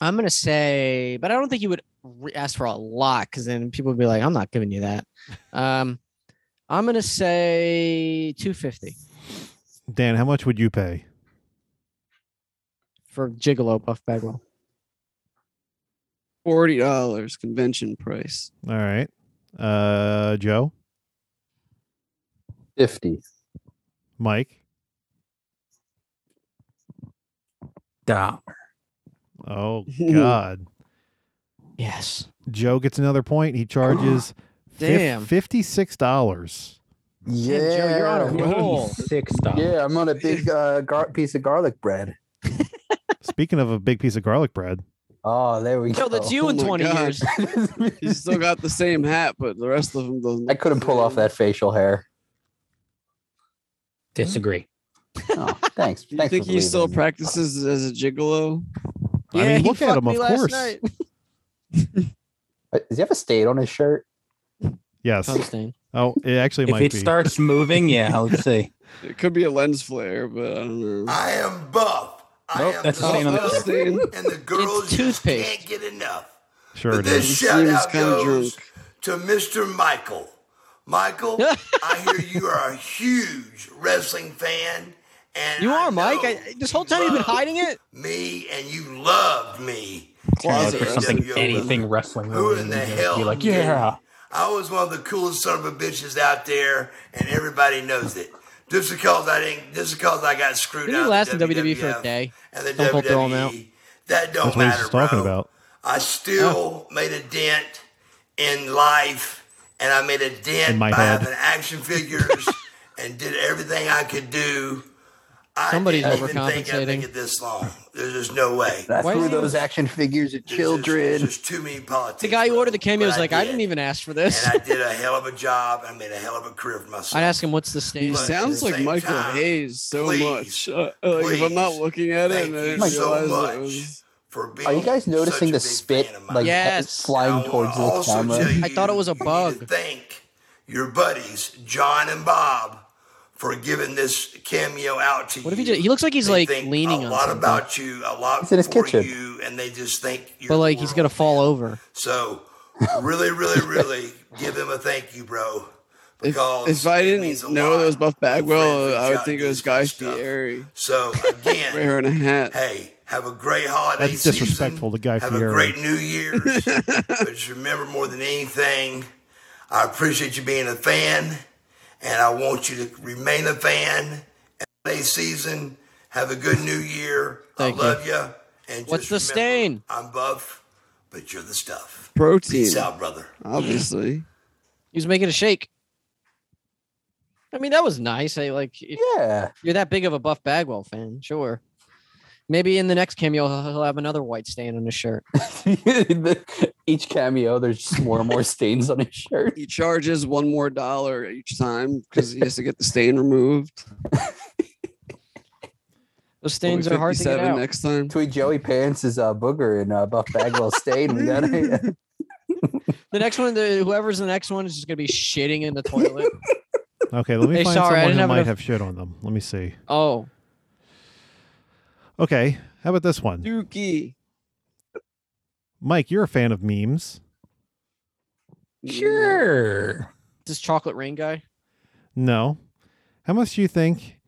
D: I'm gonna say, but I don't think he would re- ask for a lot because then people would be like, "I'm not giving you that." Um, I'm gonna say 250
F: Dan, how much would you pay?
D: for Gigolo Buff Bagwell.
H: Forty dollars convention price.
F: All right. Uh, Joe,
G: 50.
F: Mike.
E: Duh.
F: Oh, God.
D: Yes.
F: Joe gets another point. He charges
D: Damn.
F: fif- $56.
G: Yeah.
D: Damn, Joe, you're on a roll.
E: Six dollars.
G: Yeah, I'm on a big uh, gar- piece of garlic bread.
F: Speaking of a big piece of garlic bread,
G: Oh, there we
D: Joe,
G: go.
D: that's you in
H: Oh my
D: 20
H: God.
D: years.
H: He's still got the same hat, but the rest of him doesn't.
G: I couldn't pull off that facial hair.
E: Disagree.
G: Oh, thanks.
H: Do you
G: thanks
H: think
G: for
H: he still
G: believing me.
H: practices as a gigolo?
F: I mean,
D: he
F: look at
D: fucked
F: him,
D: me
F: of
D: last
F: course.
D: night.
G: Uh, Does he have a stain on his shirt?
F: yes.
D: Tongue stain.
F: Oh, it actually
E: if
F: might
E: it
F: be.
E: starts moving, yeah, let's see.
H: It could be a lens flare, but I don't know.
B: I am buff. I
E: Nope,
B: am
E: that's the
B: buff,
E: same on the-
B: buff, and the girls just
D: toothpaste.
B: can't get enough.
F: sure
B: but
F: it
B: this
F: is.
B: shout
H: Seems
B: out
H: kinda
B: goes to Mr. Michael. Michael, I hear you are a huge wrestling fan, and
D: You
B: I
D: are, Mike.
B: know
D: I, this whole time you've been
B: love
D: hiding it.
B: me, and you loved me.
E: Turn
B: as
E: out for
B: a
E: something,
B: WWE.
E: anything wrestling
B: Who in
E: related,
B: the
E: and
B: hell?
E: Be like,
B: knew?
E: yeah.
B: I was one of the coolest son of a bitches out there, and everybody knows it. Just because I didn't, just because I got screwed
D: Didn't
B: out.
D: he
B: of
D: last in
B: the
D: WWE for a
B: WWF
D: day?
B: And the
D: Stone Cold
B: WWE.
D: throw him out.
B: That don't
F: That's what he's
B: matter,
F: just talking
B: bro.
F: about.
B: I still made a dent in life, and I made a dent
F: In my
B: by
F: head.
B: having action figures, and did everything I could do. I
D: Somebody's
B: didn't even think I'd
D: overcompensating.
B: make it this long. There's just no way.
G: That's
D: Why
G: who
D: is he-
G: those action figures are
B: There's just- there's
G: children.
B: just too many politics.
D: The guy who
B: bro.
D: ordered the cameo
B: But
D: was like, I didn't
B: did
D: even ask for this.
B: and I did a hell of a job. I made a hell of a career for myself.
D: I'd ask him what's the stain.
H: He
B: But at
H: sounds
B: the
H: like
B: same
H: Michael
B: time,
H: Hayes so
B: please,
H: much. Uh, uh, like if I'm not
B: please,
H: looking at it,
B: Thank
H: and I
B: you
H: didn't
B: so
H: realize
B: much
H: it was.
B: for being.
G: Are you guys
B: such
G: noticing
B: a
G: the
B: big
G: spit
B: fan of mine.
G: like
D: Yes.
B: I
G: flying
B: wanna
G: towards the
B: also
G: camera?
B: tell
D: I thought it was a
B: you need to
D: bug.
B: Thank your buddies John and Bob for giving this cameo out to you.
D: What if he just, he looks like he's
B: They
D: like
B: think
D: leaning
B: a
D: on
B: lot
D: something,
B: about you, a lot
G: It's in his
B: for
G: kitchen.
B: you, and they just think you're
D: but like he's gonna
B: world.
D: fall over.
B: So really, really, really give him a thank you, bro.
H: If,
B: Because
H: if I
B: it means a
H: didn't know
B: lot
H: it was Buff
B: when friends
H: Bagwell,
B: reach
H: I would
B: out
H: think
B: and
H: it
B: do
H: was
B: some
H: Guy
B: stuff.
H: Fieri.
B: So
H: Right here
B: again,
H: in a hat.
B: hey, have a great holiday.
F: That's disrespectful
B: season.
F: to Guy
B: Have
F: Fieri.
B: a great New Year's. but just remember more than anything, I appreciate you being a fan, and I want you to remain a fan. Holiday season. Have a good New Year.
D: Thank you.
B: I love you. And
D: What's
B: just
D: the
B: remember,
D: stain?
B: I'm buff, but you're the stuff.
H: Protein,
B: Peace out, brother.
H: obviously.
D: He was making a shake. I mean, that was nice. I like if
G: Yeah.
D: you're that big of a Buff Bagwell fan, sure. Maybe in the next cameo he'll he'll have another white stain on his shirt.
G: Each cameo, there's just more and more stains on his shirt.
H: He charges one more dollar each time because he has to get the stain removed.
D: Those stains are hard to get out.
H: next time.
G: Between Joey Pants is uh, booger and uh, Buff Bagwell stain. We got it.
D: The next one, the, whoever's the next one is just gonna be shitting in the toilet.
F: Okay, let me
D: Hey,
F: find
D: sorry, I
F: someone
D: didn't
F: who
D: have
F: might
D: enough-
F: have shit on them. Let me see.
D: oh,
F: Okay, how about this one?
H: Dookie.
F: Mike, you're a fan of memes.
E: Sure.
D: this chocolate rain guy.
F: No. How much do you think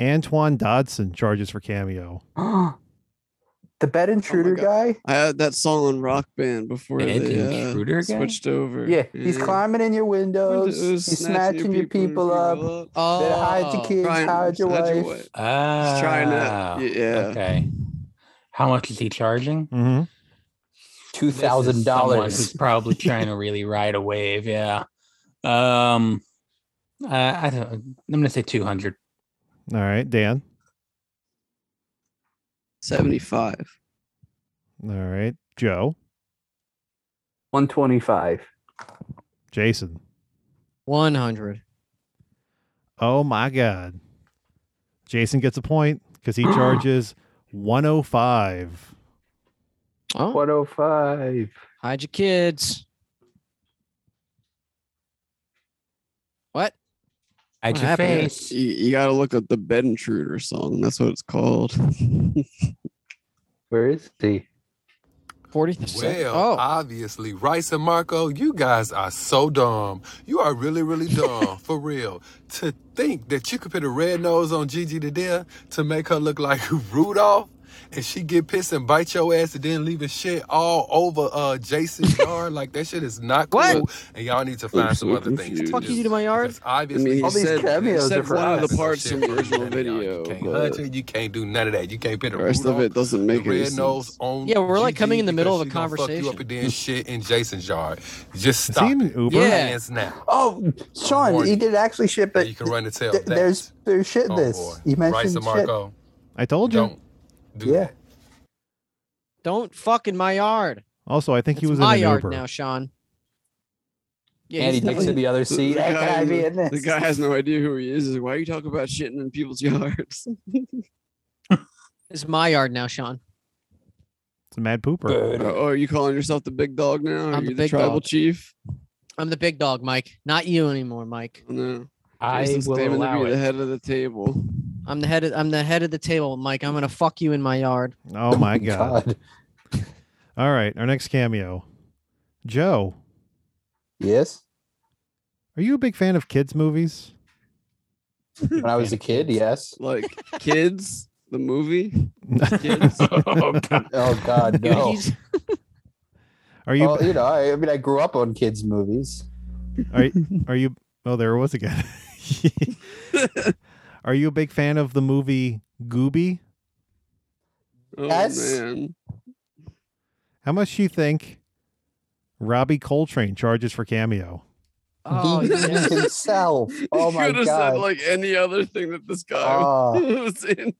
F: Antoine Dodson charges for cameo?
G: the bed intruder guy.
H: I had that song on Rock Band before
E: An
H: they uh,
E: intruder guy?
H: switched over.
G: Yeah, he's climbing in your windows.
H: Windows,
G: He's snatching your people, up.
D: Oh,
G: Better hide your kids,
H: Trying to
G: hide your
H: snatch
G: wife.
H: wife.
E: Ah,
H: He's trying to. Yeah.
E: Okay. How much is he charging?
F: Mm-hmm.
G: Two
E: This is
G: thousand
E: someone
G: dollars.
E: who's probably trying to really ride a wave. Yeah. Um, I, I don't. I'm gonna say 200.
F: All right, Dan.
H: 75.
F: All right, Joe,
G: One twenty-five.
F: Jason.
D: One hundred.
F: Oh my God. Jason gets a point because he charges 105.
D: Oh,
G: One oh five.
D: hide your kids. What?
E: At
D: What
E: your
D: happened?
E: face.
H: You, you got to look up the Bed Intruder song. That's what it's called.
G: Where is he?
D: Forty.
N: Well,
D: oh,
N: obviously, Rice and Marco, you guys are so dumb. You are really, really dumb, for real. To think that you could put a red nose on Gigi the Dare to make her look like Rudolph, and she get pissed and bite your ass and then leaving shit all over uh Jason's yard. like that shit is not cool.
D: What?
N: And y'all need to find
H: I'm
N: some
H: so
N: other things.
H: confused.
N: to
D: fuck you
N: do.
D: do to my yard?
N: Because
H: I mean,
N: Obviously,
H: he
G: All these
H: said,
G: cameos
H: he said
G: are for
H: one of the
G: laughs.
H: parts from the original
N: You
H: video.
N: can't
H: but
N: hunt it. You can't do none of that. You can't put a
H: the rest of
N: Rudolph
H: it doesn't make
N: the
H: any
N: red nose
H: sense.
N: on
D: Yeah, we're, like,
N: Gigi
D: coming in the middle of a
N: because she gonna Fuck you up
D: conversation.
N: and then shit in Jason's yard. Just
F: Is
N: stop.
F: he in
N: it.
F: an Uber?
D: Yeah.
N: Hands now.
G: Oh, Sean, he
N: Warning.
G: did actually shit, but
N: you can run the tail.
G: th-
N: that.
G: there's there's shit. in
N: Oh,
G: this
N: boy.
G: you
N: Rice
G: mentioned
N: and
G: shit.
D: oh.
N: Marco.
F: I told you.
N: Don't do
G: Yeah.
N: that.
D: don't fuck in my yard.
F: Also, I think he
D: It's
F: was in
D: my
F: an
D: yard
F: Uber.
D: now, Sean. Yeah,
G: And
D: he's
G: he takes it
D: definitely-
G: the other
H: The-
G: seat.
H: the
G: Hey, can
H: guy
G: I
H: in
G: be
H: the-
G: in this?
H: The guy has no idea who he is. He's like, Why are you talking about shitting in people's yards?
D: it's my yard now, Sean.
F: It's a mad pooper.
H: oh,
G: Good.
H: are you calling yourself the big dog now? Are
D: I'm
H: you
D: the
H: the
D: big
H: tribal
D: dog.
H: chief?
D: I'm the big dog, Mike. Not you anymore, Mike.
H: No.
E: I
H: Jason's
E: will
H: claiming to
E: allow
H: be the
E: it.
H: head of the table.
D: I'm the head. Of, I'm the head of the table, Mike. I'm gonna fuck you in my yard.
F: Oh my God. All right, our next cameo. Joe,
G: Yes.
F: are you a big fan of kids' movies?
G: When I was a kid, yes.
H: Like kids, the movie. Kids.
E: oh God.
G: Oh God,
D: Dude,
G: no.
D: he's-
F: Are you
G: well, you know, I, I mean, I grew up on kids' movies.
F: Are you? Oh, there it was again. Are you a big fan of the movie Gooby?
H: Oh
G: Yes.
H: man.
F: How much do you think Robbie Coltrane charges for cameo?
D: oh,
G: he
D: yeah.
G: himself. Oh
H: you
G: my
H: could have
G: God.
H: said like any other thing that this guy
G: oh,
H: was in.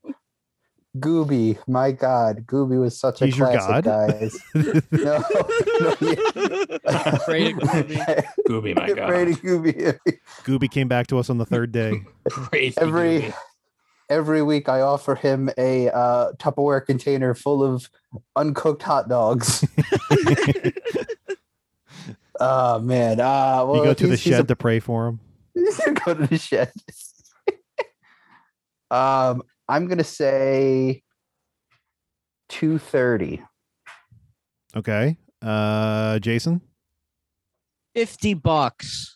G: Gooby. My God, Gooby was such a
F: He's your
G: classic,
F: god?
G: guys. no, no, yeah.
D: Afraid of Gooby.
E: Gooby, my God.
G: Afraid of Gooby.
F: Gooby came back to us on the third day.
E: Crazy
G: Every-
E: Gooby.
G: Every week, I offer him a uh, Tupperware container full of uncooked hot dogs. oh man! Uh, well,
F: you go to the
G: he's- he's a
F: shed to pray for him.
G: go to the shed. um, I'm gonna say two thirty.
F: Okay. Uh, Jason.
D: Fifty bucks.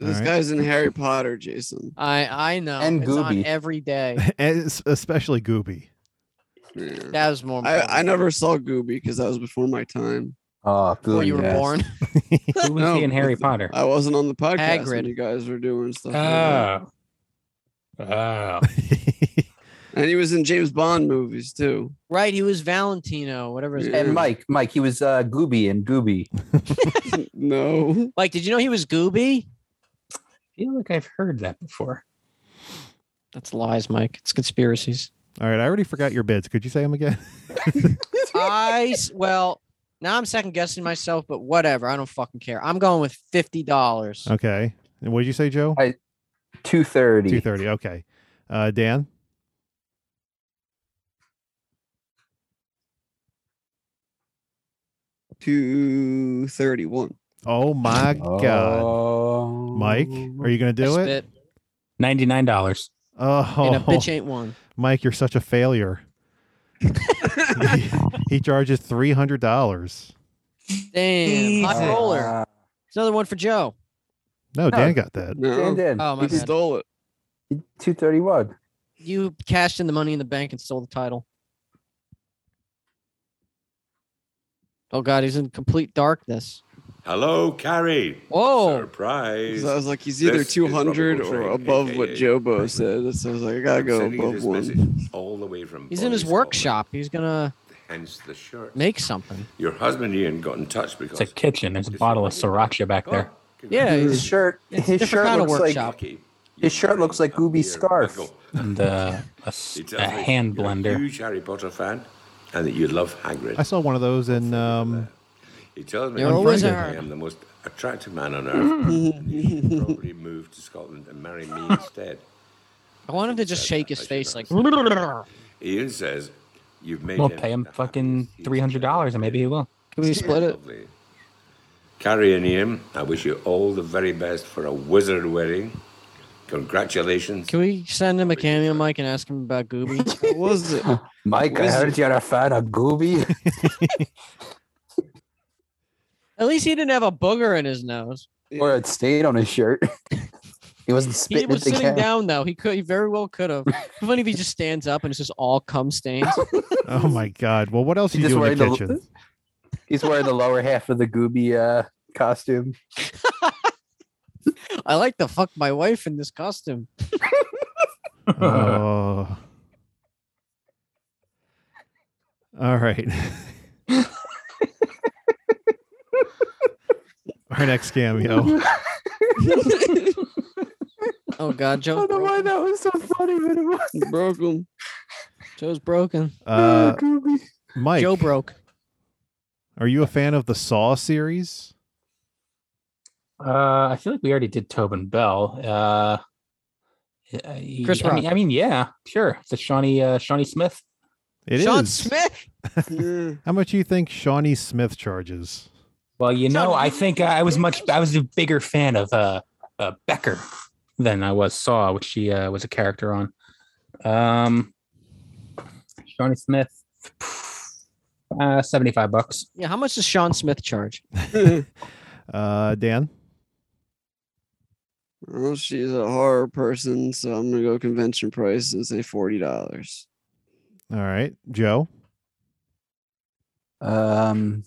H: This
F: Alright.
H: guy's in Harry Potter, Jason.
D: I I know.
G: And
D: it's on
G: Gooby.
D: every day.
F: Es- Especially Gooby.
H: Yeah.
D: That was more. important.
H: I, I never saw Gooby because that was before my time.
G: Oh,
D: before you were
G: yes.
D: born.
E: Who was
H: No,
E: he in Harry
H: but-
E: Potter?
H: I wasn't on the podcast when
D: Hagrid.
H: you guys were doing stuff. like that.
E: Oh. Oh.
H: and he was in James Bond movies too.
D: Right, he was Valentino, whatever his
H: Yeah.
D: name.
G: And Mike, Mike, he was uh, Gooby and Gooby.
H: no.
D: Like, did you know he was Gooby?
E: I feel like I've heard that before.
D: That's lies, Mike. It's conspiracies.
F: All right. I already forgot your bids. Could you say them again?
D: I s- well, now I'm second guessing myself, but whatever. I don't fucking care. I'm going with fifty dollars.
F: Okay. And what did you say, Joe?
G: Two
F: Two
G: thirty.
F: thirty. Okay. Uh, Dan.
H: 231.
F: Oh my God.
D: Oh.
F: Mike, are you going to do
D: I spit.
F: it?
E: $99.
F: Oh.
D: And a bitch ain't one.
F: Mike, you're such a failure. he, he charges $300.
D: Damn. Hot
F: Jesus.
D: roller. It's another one for Joe.
F: No, Dan got that.
G: Dan did.
D: Oh, my
G: He
D: bad.
G: stole it. 231.
D: You cashed in the money in the bank and stole the title. Oh God, he's in complete darkness.
O: Hello, Carrie.
D: Whoa.
O: Surprise.
H: So I was like, he's either
O: This is
H: 200
O: Robert
H: or
O: Coltrane,
H: above what
O: aka
H: Jobo said. So I was like, I gotta
O: I'm
H: go
O: sending you
H: above
O: this
H: one.
O: message all the way from
D: He's in his
O: Bodies,
D: workshop. He's gonna
O: hence the shirt.
D: make something.
O: Your husband Ian got in touch because
E: It's a kitchen. There's a bottle of sriracha back there.
D: Yeah,
G: his shirt. His shirt looks like his shirt looks like Gooby's scarf.
E: And uh, a, s- a hand
O: you're a
E: blender.
O: huge Harry Potter fan and that you love Hagrid.
F: I saw one of those in um,
O: He tells me
F: You're a
O: that I
F: wizard.
O: am the most attractive man on earth. and he should probably move to Scotland and marry me instead.
D: I want him to just shake his face like
O: Ian says, You've made
E: We'll
O: him
E: pay him fucking $300 and maybe he will.
D: Can we split it?
O: Carrie and Ian, I wish you all the very best for a wizard wedding. Congratulations.
D: Can we send him a cameo mic and ask him about Gooby? what
H: was it?
G: Mike, I heard you're a fan of Gooby.
D: At least he didn't have a booger in his nose.
G: or it stayed on his shirt. he wasn't
D: He
G: spitting
D: was
G: at the
D: sitting
G: camera.
D: down though. He could. He very well could have. Funny if he just stands up and it's just all cum stains.
F: Oh my God! Well, what else
G: He's
F: you
G: just
F: do in the
G: wearing the-
F: kitchen?
G: He's wearing the lower half of the Gooby uh, costume.
D: I like to fuck my wife in this costume.
F: oh. All right. Our next cameo.
D: Oh God, Joe. I don't know why
G: that was so funny, but it was
H: broken.
D: Joe's broken.
F: Uh, Mike.
D: Joe broke.
F: Are you a fan of the Saw series?
E: Uh, I feel like we already did Tobin Bell. Uh, I-
F: Chris
E: I mean,
F: Rock.
E: I mean, yeah, sure. It's a Shawnee uh, Shawnee Smith.
F: It is.
E: Sean
D: Smith.
F: How much do you think Shawnee Smith charges?
E: Well, you know, I think I was much I was a bigger fan of uh, uh Becker than I was Saw, which she uh, was a character on. Um, Shawnee Smith, uh, seventy five bucks.
D: Yeah. How much does Sean Smith charge?
F: uh, Dan.
H: Well, she's a horror person, so I'm gonna go convention price and say forty dollars.
F: All right, Joe.
G: Um,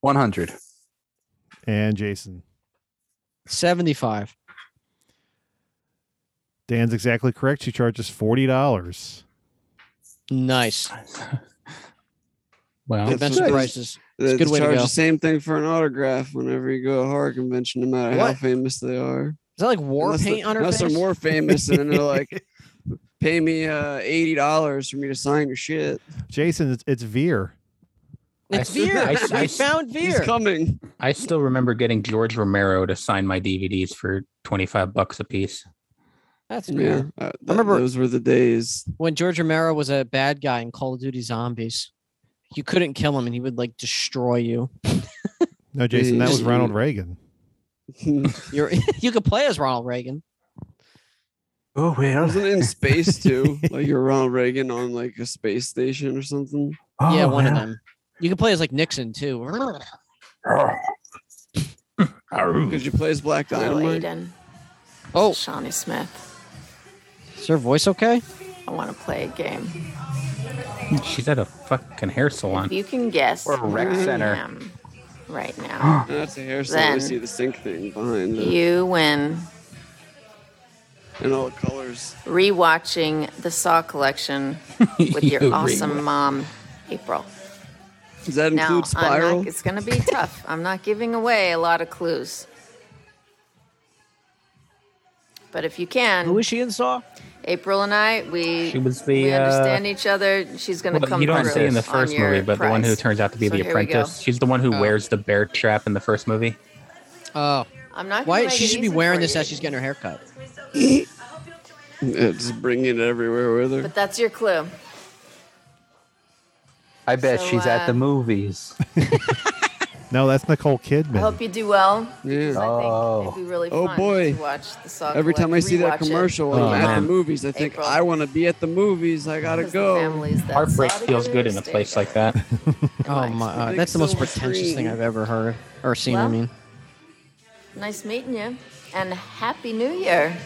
G: one hundred.
F: And Jason.
D: Seventy-five.
F: Dan's exactly correct. She charges forty dollars.
D: Nice.
F: Wow.
D: Convention Oh, prices. It's a good way to
H: charge
D: go.
H: the same thing for an autograph whenever you go to a horror convention, no matter how
D: What?
H: famous they are. Is
D: that like war paint on her
H: Unless
D: face?
H: they're more famous, and then they're like, "Pay me uh, eighty dollars for me to sign your shit."
F: Jason, it's, it's Veer.
D: It's
E: I s-
D: Veer.
E: I s- I
D: we
E: s-
D: found Veer.
H: coming.
E: I still remember getting George Romero to sign my DVDs for twenty five bucks a piece.
D: That's
H: Yeah,
D: weird.
H: uh,
D: I remember
H: those were the days.
D: when George Romero was a bad guy in Call of Duty Zombies. You couldn't kill him, and he would like destroy you.
F: No, Jason, that was
D: Jeez.
F: Ronald Reagan.
D: You're you could play as Ronald Reagan.
G: Oh well.
H: Wasn't it in space too? like you're Ronald Reagan on like a space station or something.
D: yeah, one of them. You could play as like Nixon too. Oh.
H: Could you play as Black Dynamite?
D: Oh,
P: Shawnee Smith,
D: Is her voice okay?
P: I want to play a game.
E: She's at a fucking hair salon.
P: If you can guess
E: Or a rec
P: who I
E: center.
P: am right now,
H: That's a hairstyle. I
P: Then
H: see the sink thing behind the-
P: you win
H: and all the colors.
P: rewatching the Saw collection with
H: You
P: your awesome
H: re-
P: mom, April.
H: Does that include
P: now, I'm
H: Spiral?
P: not, it's going to be tough. I'm not giving away a lot of clues. But if you can, who
D: is she in Saw?
P: April and I, we
E: She was the,
P: we understand
E: uh,
P: each other. She's going to
E: Well,
P: come
E: you don't
P: through
E: see in the
P: on
E: first
P: your
E: movie, but the one who
P: prize.
E: turns out to be the
P: So here we go.
E: apprentice. She's the one who wears the bear trap in the first movie.
D: Oh,
P: I'm not. gonna
D: Why
P: make
D: she
P: it
D: should be
P: easy
D: wearing
P: for
D: this
P: you.
D: as she's getting her hair cut.
H: Yeah, just bringing it everywhere with her.
P: But that's your clue.
G: I bet
P: So,
G: she's at
P: uh,
G: the movies.
F: No, that's Nicole
P: I
F: Kidman.
P: hope you do well. because I think
G: Oh.
P: it'd be really
H: Oh,
P: fun
H: boy.
P: to watch the song.
H: Every time I see that commercial and
E: Oh,
H: I'm at the
E: man.
H: movies, I think I want to be at the movies. I gotta go.
E: Heartbreak feels good in a place like that.
D: Oh my! Uh, that's the most pretentious thing I've ever heard or seen. I
P: Well,
D: mean,
P: Nice meeting you, and happy New Year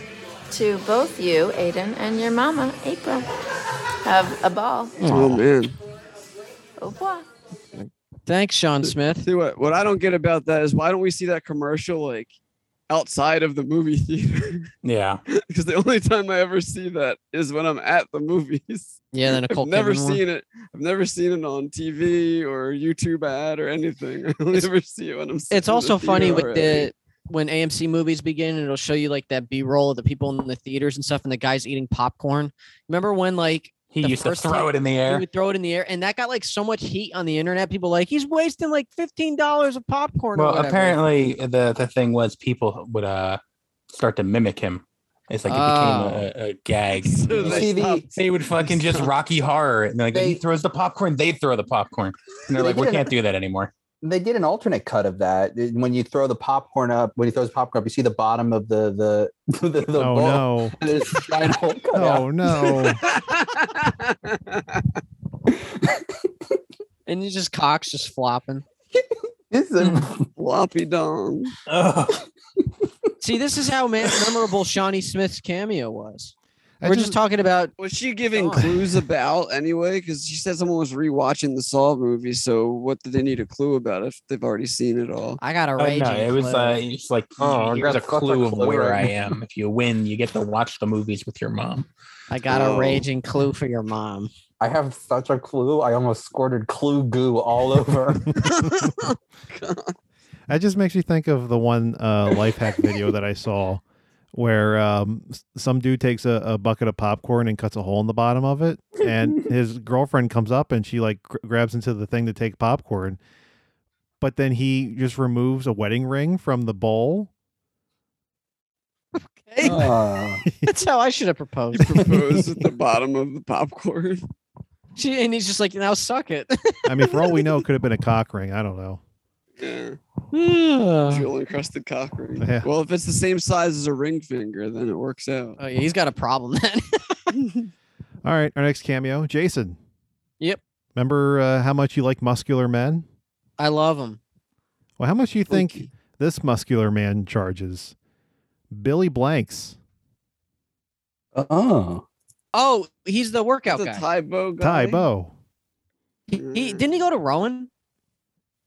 P: to both you, Aiden, and your mama, April. Have a ball.
H: Oh man.
P: Au revoir.
D: thanks, Sean Smith.
H: See what what I don't get about that is why don't we see that commercial like outside of the movie theater?
E: Yeah.
H: Because the only time I ever see that is when I'm at the movies.
D: Yeah, the Nicole
H: I've never
D: Kidman one.
H: seen it. I've never seen it on TV or YouTube ad or anything. I only ever see it when I'm. sitting
D: It's
H: in the
D: also funny
H: theater
D: with
H: already.
D: the when AMC movies begin, and it'll show you like that B roll of the people in the theaters and stuff, and the guys eating popcorn. Remember when like
E: He
D: the
E: used to
D: first
E: throw
D: time
E: it in the air.
D: He would throw it in the air, and that got like so much heat on the internet. People like he's wasting like fifteen dollars of popcorn. or
E: Well,
D: whatever."
E: apparently the the thing was people would uh start to mimic him. It's like it became a, a gag.
H: So
E: Like,
H: they stopped-
E: they would fucking just Rocky Horror, and like
G: They-
E: he throws the popcorn, they throw the popcorn, and they're
G: They
E: like, we
G: did an-
E: can't do that anymore.
G: They did an alternate cut of that. When you throw the popcorn up, when he throws popcorn up, you see the bottom of the the the, the
F: oh
G: bowl.
F: no!
G: And there's a giant hole cut out.
F: Oh no!
D: and you just cocks just flopping.
G: It's a
H: floppy dong.
D: See, this is how man- memorable Shawnee Smith's cameo was.
F: I
D: We're just,
F: just-
D: talking about
H: Was she giving clues about anyway? Because she said someone was rewatching the Saw movie. So what do they need a clue about if they've already seen it all?
D: I got a
E: Uh,
D: raging.
E: no, it was
D: flare.
E: uh, it's like
G: Oh,
E: here's a
G: that's such a
E: clue of
G: clue,
E: where
G: right?
E: I am. If you win, you get to watch the movies with your mom.
D: I got
H: Oh.
D: a raging clue for your mom.
G: I have such a clue. I almost squirted clue goo all over.
F: That just makes you think of the one uh, life hack video that I saw, where um, s- some dude takes a, a bucket of popcorn and cuts a hole in the bottom of it, and his girlfriend comes up and she like gr- grabs into the thing to take popcorn, but then he just removes a wedding ring from the bowl.
D: Hey,
G: Uh,
D: that's how I should have proposed.
H: Proposed at the bottom of the popcorn.
D: She, and he's just like, now suck it.
F: I mean, for all we know, it could have been a cock ring. I don't know.
H: Yeah.
D: oh,
H: Jewel encrusted cock ring.
F: Yeah.
H: Well, if it's the same size as a ring finger, then it works out.
D: Oh, yeah, he's got a problem then.
F: All right, our next cameo, Jason.
D: Yep.
F: Remember uh, how much you like muscular men?
D: I love him.
F: Well, how much do you think
H: Funky.
F: this muscular man charges? Billy Blanks.
G: oh,
D: Oh, he's the workout
H: the
D: guy.
H: Ty Bo guy.
F: Ty Bo.
D: He, he- didn't he go to Rowan?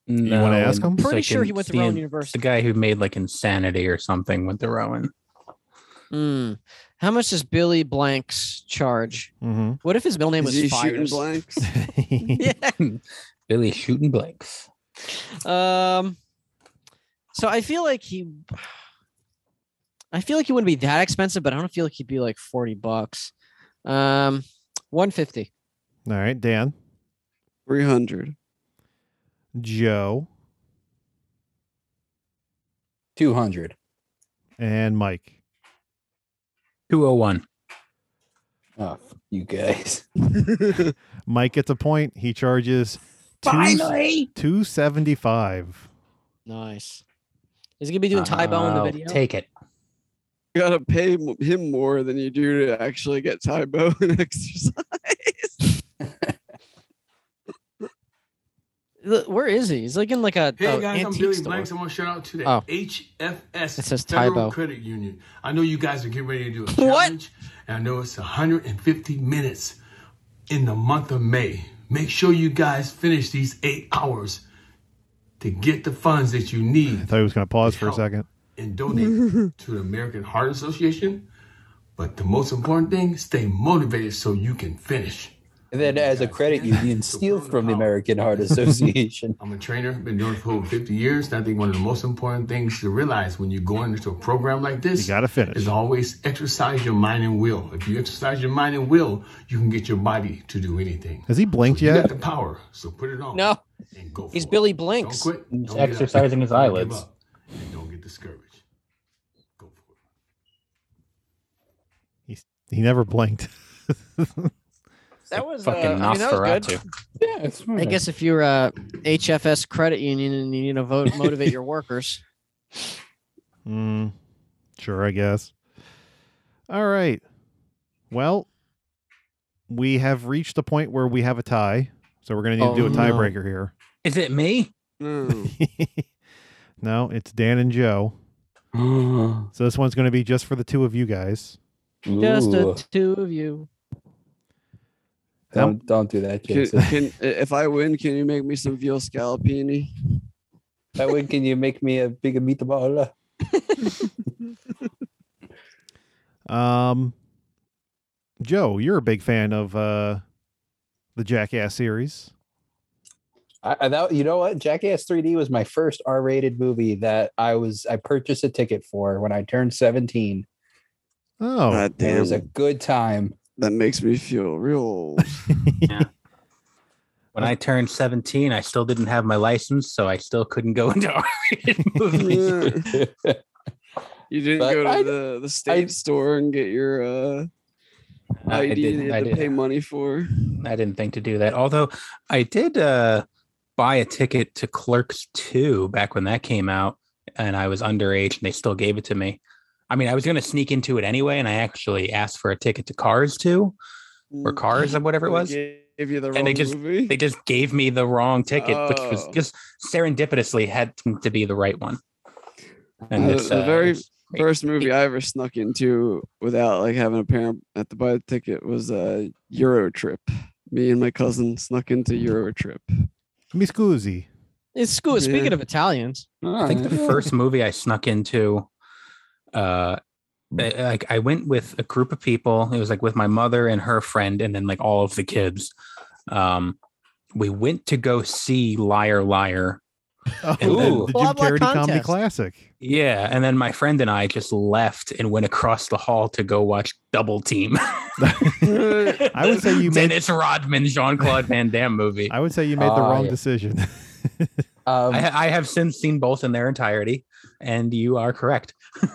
F: You wanna ask
E: it's
F: him?
D: Pretty sure he
E: in-
D: went to
E: the
D: Rowan
E: in-
D: University.
E: The guy who made like Insanity or something went to Rowan.
D: Hmm. How much does Billy Blanks charge?
F: Mm-hmm.
D: What if his middle name
H: Is he
D: was
H: shooting
D: Fires?
H: blanks?
D: yeah.
F: Mm-hmm.
E: Billy shooting blanks.
D: Um. So I feel like he, I feel like he wouldn't be that expensive, but I don't feel like he'd be like forty bucks. Um, one fifty.
F: All right, Dan.
H: 300.
F: Joe
G: 200.
F: and Mike.
E: 201.
G: Oh, you guys.
F: Mike gets a point. He charges two, two seventy five.
D: Nice. Is he gonna be doing Tai Bo in the
E: I'll
D: video?
E: Uh, Take it.
H: You gotta pay m- him more than you do to actually get Ty Bo and exercise.
D: Look, Where is he? He's like in like a,
Q: Hey
D: a
Q: guys, I'm
D: antique
Q: Billy
D: Oh, store.
Q: Blanks. I want to shout out to the
D: Oh.
Q: HFS
D: It says
Q: Federal
D: Tybo.
Q: Credit Union. I know you guys are getting ready to do a
D: What?
Q: challenge, and I know it's 150 minutes in the month of May. Make sure you guys finish these eight hours to get the funds that you
F: I
Q: need
F: thought he was going to pause for a
Q: Help.
F: second.
Q: and donate to the American Heart Association. But the most important thing, stay motivated so you can finish.
G: And then, as a credit union, steal from the American Heart Association.
Q: I'm a trainer, been doing it for over 50 years. And I think one of the most important things to realize when you're going into a program like this
F: You got to finish.
Q: is always exercise your mind and will. If you exercise your mind and will, you can get your body to do anything.
F: Has he blinked
Q: You got
F: yet?
Q: the power, so put it on.
D: No,
Q: and go
D: he's
Q: for it.
D: Billy
Q: Don't
D: Blanks.
Q: quit. Don't
E: He's
Q: get up.
E: exercising his
Q: Don't give
E: eyelids.
Q: up. And don't get discouraged. Go for it.
F: He never blinked.
D: That was uh,
E: Fucking
D: I mean, that was good.
E: Nosferatu. Yeah, it's
D: I guess if you're uh, a HFS credit union and you need to vote, motivate your workers.
F: Mm, sure, I guess. All right. Well, we have reached the point where we have a tie, so we're going to need to do
E: Oh,
F: a
E: no.
F: tiebreaker here.
E: Is it me?
F: Mm. No, it's Dan and Joe. so this one's going to be just for the two of you guys.
D: Just the two of you.
G: Don't don't do that,
H: Can,
G: Jason.
H: can, if I win, can you make me some veal scallopini?
G: That way, can you make me a bigger meatball?
F: Um, Joe, you're a big fan of uh, the Jackass series.
G: I, I that, you know what? Jackass 3D was my first R-rated movie that I was I purchased a ticket for when I turned 17.
F: Oh,
H: God
G: It
H: damn.
G: was a good time.
H: that makes me feel real old.
E: When I turned 17, I still didn't have my license, so I still couldn't go into R-rated movies.
H: You didn't
E: But
H: go to
E: I-
H: the, the state store and get your uh,
E: I
H: ID that
E: didn't-
H: you
E: I
H: had to
E: didn't.
H: pay money for.
E: I didn't think to do that. Although I did uh, buy a ticket to Clerks 2 back when that came out, and I was underage, and they still gave it to me. I mean, I was going to sneak into it anyway, and I actually asked for a ticket to Cars 2 or Cars or whatever it
H: They
E: was.
H: Gave you the wrong
E: and they just
H: movie.
E: they just gave me the wrong ticket, which was
H: Oh.
E: just serendipitously had to be the right one. And
H: the,
E: it's,
H: the
E: uh,
H: very first movie I ever snuck into without like having a parent at the buy a ticket was uh, Euro Trip. Me and my cousin snuck into Euro Trip.
F: Mi scusi.
D: It's school. Speaking of Italians,
E: I think the first movie I snuck into, uh,
F: Mm.
E: I- like I went with a group of people. It was like with my mother and her friend, and then like all of the kids. Um, we went to go see Liar Liar.
F: Oh,
E: And then-
F: the Jim Carrey comedy classic.
E: Yeah, and then my friend and I just left and went across the hall to go watch Double Team.
F: I would say you made
E: Dennis Rodman, Jean Claude Van Damme movie.
F: I would say you made the
E: Ah,
F: wrong
E: yeah.
F: decision.
E: I, I have since seen both in their entirety, and you are correct.
G: Do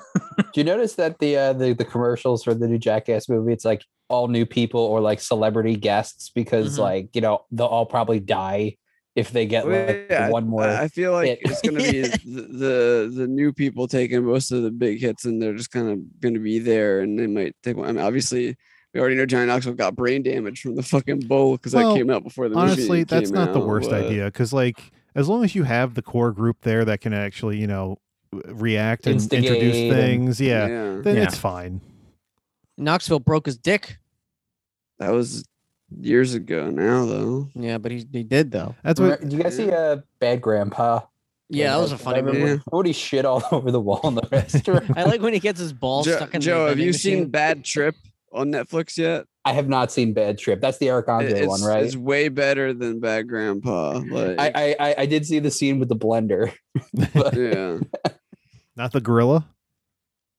G: you notice that the uh, the the commercials for the new Jackass movie? It's like all new people or like celebrity guests because
H: Mhm.
G: like you know they'll all probably die if they get
H: Well,
G: like
H: yeah,
G: one more.
H: I I feel like
G: hit.
H: it's going to be the, the the new people taking most of the big hits, and they're just kind of going to be there, and they might take one. I mean, obviously, we already know Johnny Knoxville got brain damage from the fucking bowl because
F: Well,
H: that came out before the movie.
F: honestly that's
H: came
F: not the
H: out,
F: worst
H: but-
F: idea because like as long as you have the core group there that can actually you know react and introduce
D: Instigate and-
F: things yeah,
D: Yeah.
F: then
D: Yeah.
F: it's fine
D: Knoxville broke his dick.
H: That was years ago now, though.
D: Yeah, but he, he did though.
F: That's
G: Remember- Do you guys see uh, Bad Grandpa?
D: Yeah, that was a funny movie.
G: Woody shit all over the wall in the restaurant.
D: I like when he gets his ball stuck in
H: Joe,
D: the
H: have
D: vending
H: you
D: machine.
H: seen Bad Trip on Netflix yet?
G: I have not seen Bad Trip. That's the Eric Andre
H: It's,
G: one, right?
H: it's way better than Bad Grandpa. Like,
G: I, I- I I did see the scene with the blender.
H: yeah.
F: not the gorilla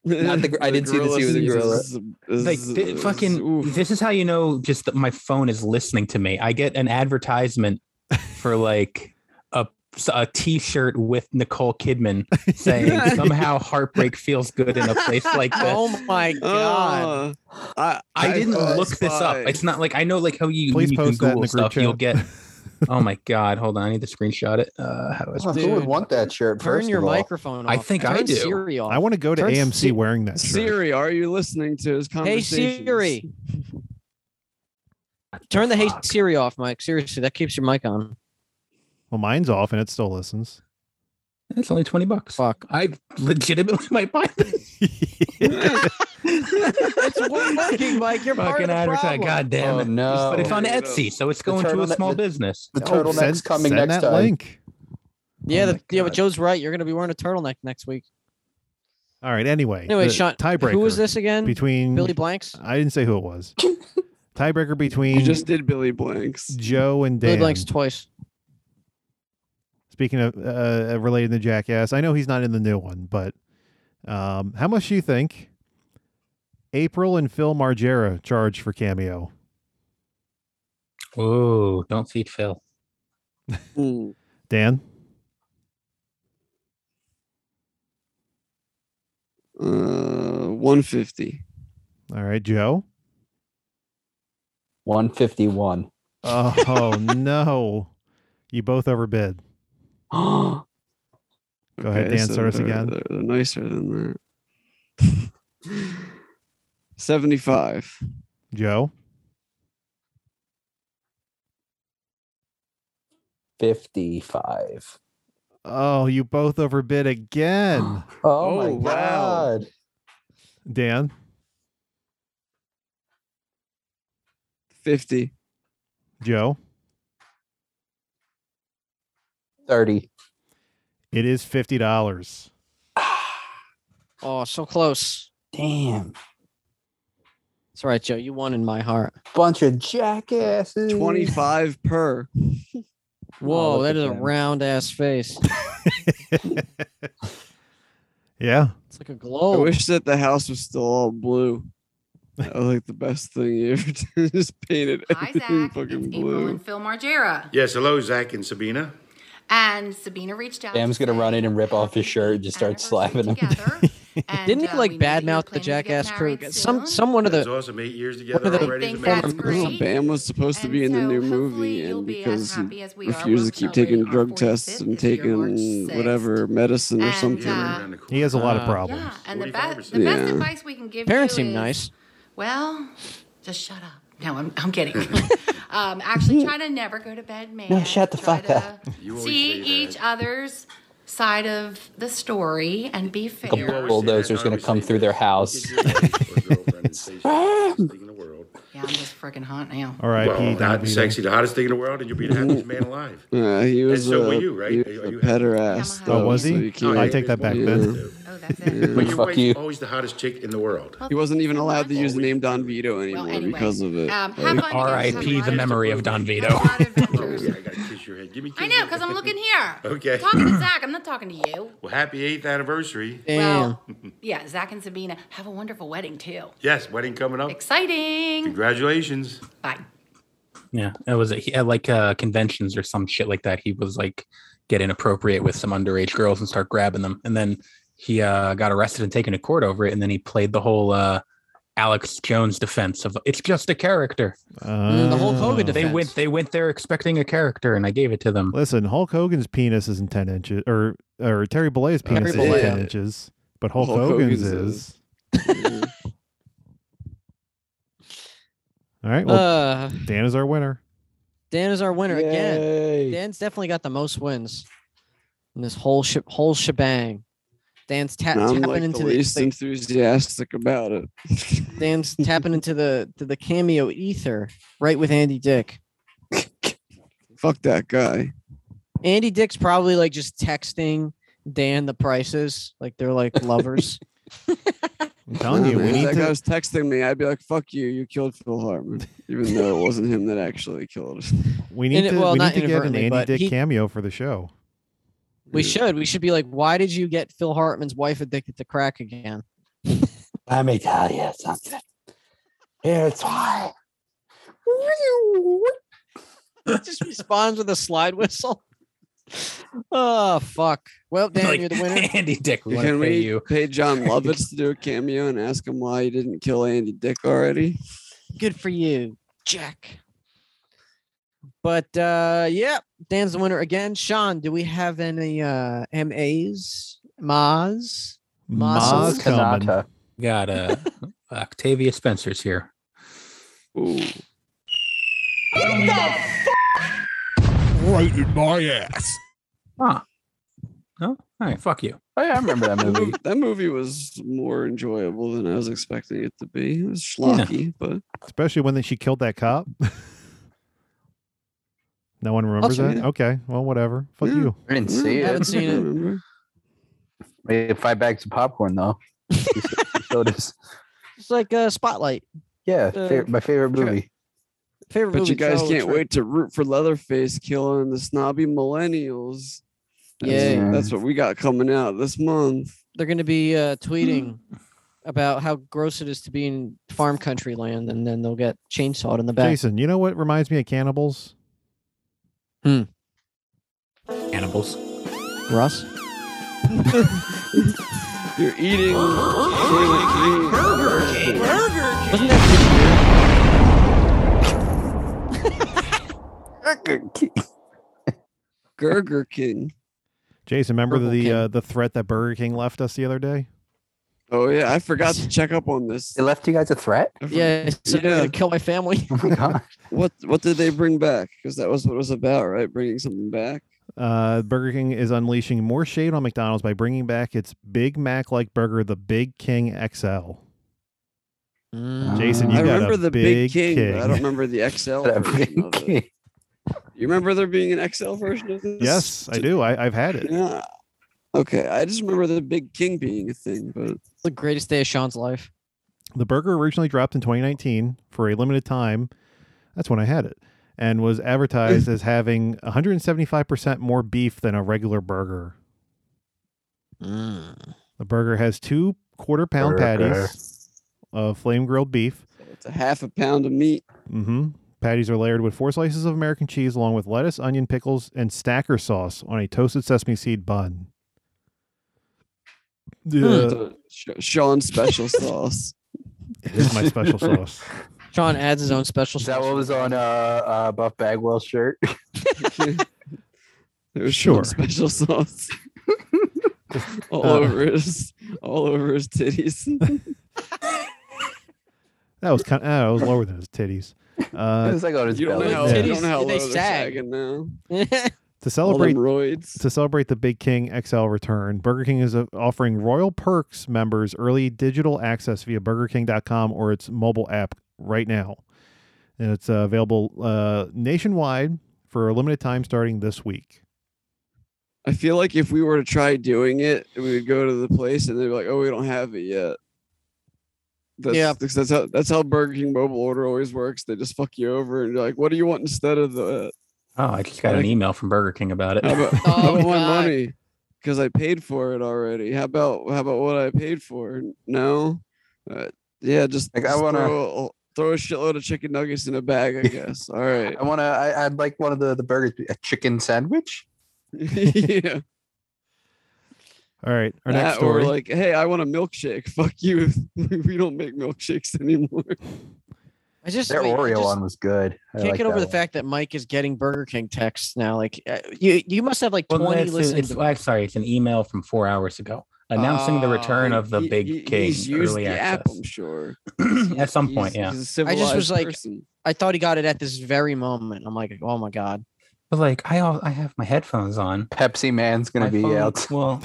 G: Not the gr- I didn't see the
H: gorilla
G: scene with the
H: scenes
G: gorilla.
H: is- is-
E: Like thi- fucking, this is how you know just that my phone is listening to me. I get an advertisement for like a a T-shirt with Nicole Kidman saying somehow heartbreak feels good in a place like this.
D: Oh my god!
H: Uh, I
E: I didn't
H: uh,
E: look this up.
H: spy.
E: It's not like I know like how you,
F: Please
E: you can
F: post that in
E: Google
F: the group
E: stuff. You'll
F: chat.
E: get. Oh my god! Hold on, I need to screenshot it. Uh, how do I?
G: Oh, who would want that shirt?
D: Turn
G: first
D: your
G: of all?
D: microphone off.
E: I think I
D: Turn
E: do.
D: Siri off.
F: i want to go to
D: Turn
F: amc
D: Si-
F: wearing that shirt.
H: Siri, are you listening to his
D: Hey
H: conversation?
D: Siri. Turn the Hey Siri off, Mike. Seriously, that keeps your mic on.
F: well mine's off and it still listens
E: It's only twenty bucks.
D: Fuck.
E: I legitimately might buy this.
D: it's working, Mike. You're part of
E: fucking
D: the
E: advertise.
D: problem.
E: God damn
G: Oh,
E: it!
G: no.
E: But it's on
G: The
E: Etsy, so it's going to a
G: turtleneck-
E: small
G: the-
E: business.
G: The turtleneck's
F: send-
G: coming
F: send
G: next
F: that
G: time.
F: link
D: Yeah, the, yeah, but Joe's right. You're going to be wearing a turtleneck next week.
F: all right anyway
D: Anyway,
F: the
D: Sean,
F: tiebreaker
D: who was this again?
F: between
D: Billy Blanks.
F: i didn't say who it was tiebreaker
H: You
F: between
H: just did Billy Blanks.
F: joe and
D: Billy
F: dan
D: Blanks twice.
F: Speaking of uh, relating to Jackass, I know he's not in the new one, but um, how much do you think April and Phil Margera charge for cameo?
E: Oh, don't feed Phil.
H: Ooh.
F: Dan,
H: Uh, 150. Uh,
F: all right, Joe,
G: 151.
F: Oh no, you both overbid.
G: Go
F: ahead,
H: Okay,
F: Dan.
H: so
F: Service
H: they're-
F: again.
H: They're, they're nicer than that. 75.
F: Joe,
G: 55.
F: Oh, you both overbid again.
G: Oh, my God.
F: Dan,
H: 50.
F: Joe,
G: 30.
F: It is fifty dollars.
D: Oh, so close.
G: Damn.
D: It's all right, Joe. You won in my heart.
G: Bunch of jackasses.
H: 25 per. Oh,
D: Whoa,
H: look
D: that
H: at
D: is a
H: them.
D: round ass face.
F: Yeah.
D: It's like a
H: I
D: globe.
H: wish that the house was still all blue. That was like the best thing you ever did. Just painted everything fucking blue.
R: Phil Margera.
S: Yes, hello, Zach and Sabina.
R: And Sabina reached out.
G: Sam's going to run in and rip off his shirt and just start slapping him.
D: Didn't
G: uh,
D: he like badmouth the Jackass crew? Some some one of the
S: awesome. Eight years
D: One of
S: together
D: the-
S: already. is
H: Bam
S: amazing.
H: was supposed to be in the new movie, and because he refused to keep taking drug tests and taking whatever medicine or something.
F: He has a lot of
H: Uh,
F: problems.
R: Yeah, and the, best the best
H: Yeah.
R: advice we can give
D: parents
R: you
D: seem
R: is,
D: nice.
R: Well, just shut up. No, I'm, I'm kidding. um, actually, try to never go to bed, man.
G: No, shut the fuck up.
R: See each other's side of the story and be fair.
G: Like a bulldozer's going to come through their house.
R: Yeah, I'm just freaking hot now.
S: Well, hot and sexy, the hottest thing in the world, and you'll be the happiest man alive.
H: Yeah, he was.
S: and so
H: a,
S: were you, right?
H: he
S: Are
H: was
S: you-
H: a
S: are you happy?
H: pederast.
F: Oh,
H: though,
F: was
H: so
F: he?
H: you can't-
F: I take that back then.
R: Oh, that's
H: it.
S: But your
H: Fuck
S: wife's
H: you.
S: always the hottest chick in the world.
H: He wasn't even allowed to use the name Don Vito anymore because of it.
R: um, have
H: Like-
R: fun, R.I.P.
E: the memory of Don Vito.
S: Kiss your head. Give me.
R: I know, because I'm looking here.
S: Okay.
R: Talking to Zach. I'm not talking to you.
S: Well, happy eighth anniversary.
R: Well- Yeah, Zach and Sabina, have a wonderful wedding, too.
S: yes, wedding coming up.
R: Exciting.
S: Congratulations.
R: Bye.
E: Yeah, it was he at like uh, conventions or some shit like that. He was like get inappropriate with some underage girls and start grabbing them, and then he uh, got arrested and taken to court over it. And then he played the whole uh, Alex Jones defense of it's just a character.
F: Mm, the whole Hogan
E: They
F: defense.
E: went. They went there expecting a character, and I gave it to them.
F: Listen, Hulk Hogan's penis isn't ten inches, or or Terry Bollea's
E: Terry
F: penis
E: Bollea.
F: is ten inches, but Hulk,
E: Hulk Hogan's
F: Hogan's, is.
E: is.
F: All right. Well,
D: Uh,
F: Dan is our winner.
D: Dan is our winner again. Dan's definitely got the most wins in this whole sh- whole shebang. Dan's ta-
H: I'm
D: tapping
H: like
D: into
H: the
D: the,
H: least enthusiastic about it.
D: Dan's tapping into the to the cameo ether right with Andy Dick.
H: Fuck that guy.
D: Andy Dick's probably like just texting Dan the prices, like they're like lovers.
F: I'm telling you, we
H: If
F: need
H: that guy
F: to.
H: was texting me. I'd be like, "Fuck you! You killed Phil Hartman," even though it wasn't him that actually killed.
F: We need
D: In-
F: to.
D: well,
F: we
D: not
F: need to get an
D: inadvertently,
F: Andy
D: but
F: Dick
D: he-
F: cameo for the show.
D: we should. We should be like, why did you get Phil Hartman's wife addicted to crack again?
G: Let me tell you something. Here's why.
D: just responds with a slide whistle. Oh fuck! Well, Dan,
E: Like,
D: you're the winner.
E: Andy Dick, we want
H: Can
E: to
H: we
E: pay you.
H: pay John Lovitz to do a cameo and ask him why he didn't kill Andy Dick already?
D: Good for you, Jack. But uh yeah, Dan's the winner again. Sean, do we have any uh MAs? Maz?
E: Ma's coming.
D: Kanata.
E: Got uh, Octavia Spencer's here.
H: Ooh.
E: Right in my ass. Huh. Oh, all right. Fuck you.
H: Oh yeah, I remember that movie. that movie was more enjoyable than I was expecting it to be. It was schlocky, but
F: Especially when she killed that cop. no one remembers
G: see
F: that.
G: it.
F: Okay. Well, whatever. Fuck you.
G: I didn't see it.
D: Mm, Haven't seen it.
G: We had five bags of popcorn though. Sodas.
D: It's like uh Spotlight.
G: Yeah,
D: Uh,
G: favorite, my favorite
D: sure.
G: movie.
D: Favorite
H: but
D: movie,
H: you guys
D: Charlie
H: can't
D: Trent.
H: wait to root for Leatherface killing the snobby millennials. That's,
D: Yay.
H: that's what we got coming out this month.
D: They're gonna be uh tweeting about how gross it is to be in farm country land and then they'll get chainsawed in the back.
F: Jason, you know what reminds me of cannibals?
D: Hmm.
E: Cannibals.
D: Russ?
H: You're eating Burger King.
D: Wasn't that
H: Burger King.
F: Jason, remember
H: Burger
F: the
H: King.
F: uh, the threat that Burger King left us the other day?
H: Oh yeah, I forgot to check up on this.
G: They left you guys a threat? Oh
D: Yeah, so they're gonna kill my family.
H: What what did they bring back? Because that was what it was about, right? Bringing something back.
F: Uh, Burger King is unleashing more shade on McDonald's by bringing back its Big Mac like burger, the Big King XL. Jason, you
H: I
F: got
H: remember
F: a
H: the
F: big,
H: Big King, but I
F: king.
H: don't remember the XL
F: That
H: version of it. You remember there being an XL version of this?
F: Yes, I do. I, I've had it.
H: Yeah. Okay, I just remember the Big King being a thing, but
D: the greatest day of Sean's life.
F: The burger originally dropped in 2019 for a limited time. That's when I had it, and was advertised as having 175% more beef than a regular burger.
H: Mm.
F: The burger has two quarter pound
H: Burger.
F: patties of flame grilled beef.
H: it's a half a pound of meat.
F: Mm-hmm. Patties are layered with four slices of American cheese, along with lettuce, onion, pickles, and stacker sauce on a toasted sesame seed bun. The-
H: Sh- Sean's special sauce.
F: It's my special sauce.
D: Sean adds his own special.
G: Is that what was on uh, uh Buff Bagwell's shirt?
H: There's
G: Sure.
H: sure. special sauce. all
F: Uh.
H: over his all over his titties.
F: That was kind. Of, that was lower than his titties. Uh,
H: It was like on his You don't belly. know how- you don't know how They low they're sag. sagging now.
F: To celebrate
H: roids.
F: to celebrate the Big King XL return, Burger King is uh, offering Royal Perks members early digital access via BurgerKing.com or its mobile app right now, and it's uh, available uh, nationwide for a limited time starting this week.
H: I feel like if we were to try doing it, we would go to the place and they'd be like, "Oh, we don't have it yet." That's,
D: Yeah.
H: because that's how that's how Burger King mobile order always works. They just fuck you over and you're like, "What do you want instead of the?"
E: Oh, I just got an email from Burger King about it.
H: How about, Oh, how about my money? Because I paid for it already. How about how about what I paid for? No, uh, yeah, just,
G: Like, I
H: just
G: wanna-
H: throw, a, throw a shitload of chicken nuggets in a bag. I guess. All right.
G: I wanna I, I'd like one of the, the burgers a chicken sandwich.
H: yeah.
F: All right, our
H: That
F: next story.
H: Or like, hey, I want a milkshake. Fuck you. We don't make milkshakes anymore.
D: I just
G: Their
D: I mean, I
G: Oreo
D: just
G: one was good. I
D: Can't
G: like
D: get over
G: that
D: the
G: one.
D: fact that Mike is getting Burger King texts now. Like uh, you, you must have like twenty
E: it's,
D: listens.
E: it's- I'm sorry, it's an email from four hours ago announcing the return
H: Oh,
E: of the Big King
H: He's used
E: early
H: the app,
E: access.
H: I'm sure.
E: At some point, yeah.
D: I just was like,
H: person.
D: I thought he got it at this very moment. I'm like, oh my god.
E: But like, I al- I have my headphones on.
G: Pepsi Man's gonna
E: My
G: be
E: phone-
G: out.
E: Well,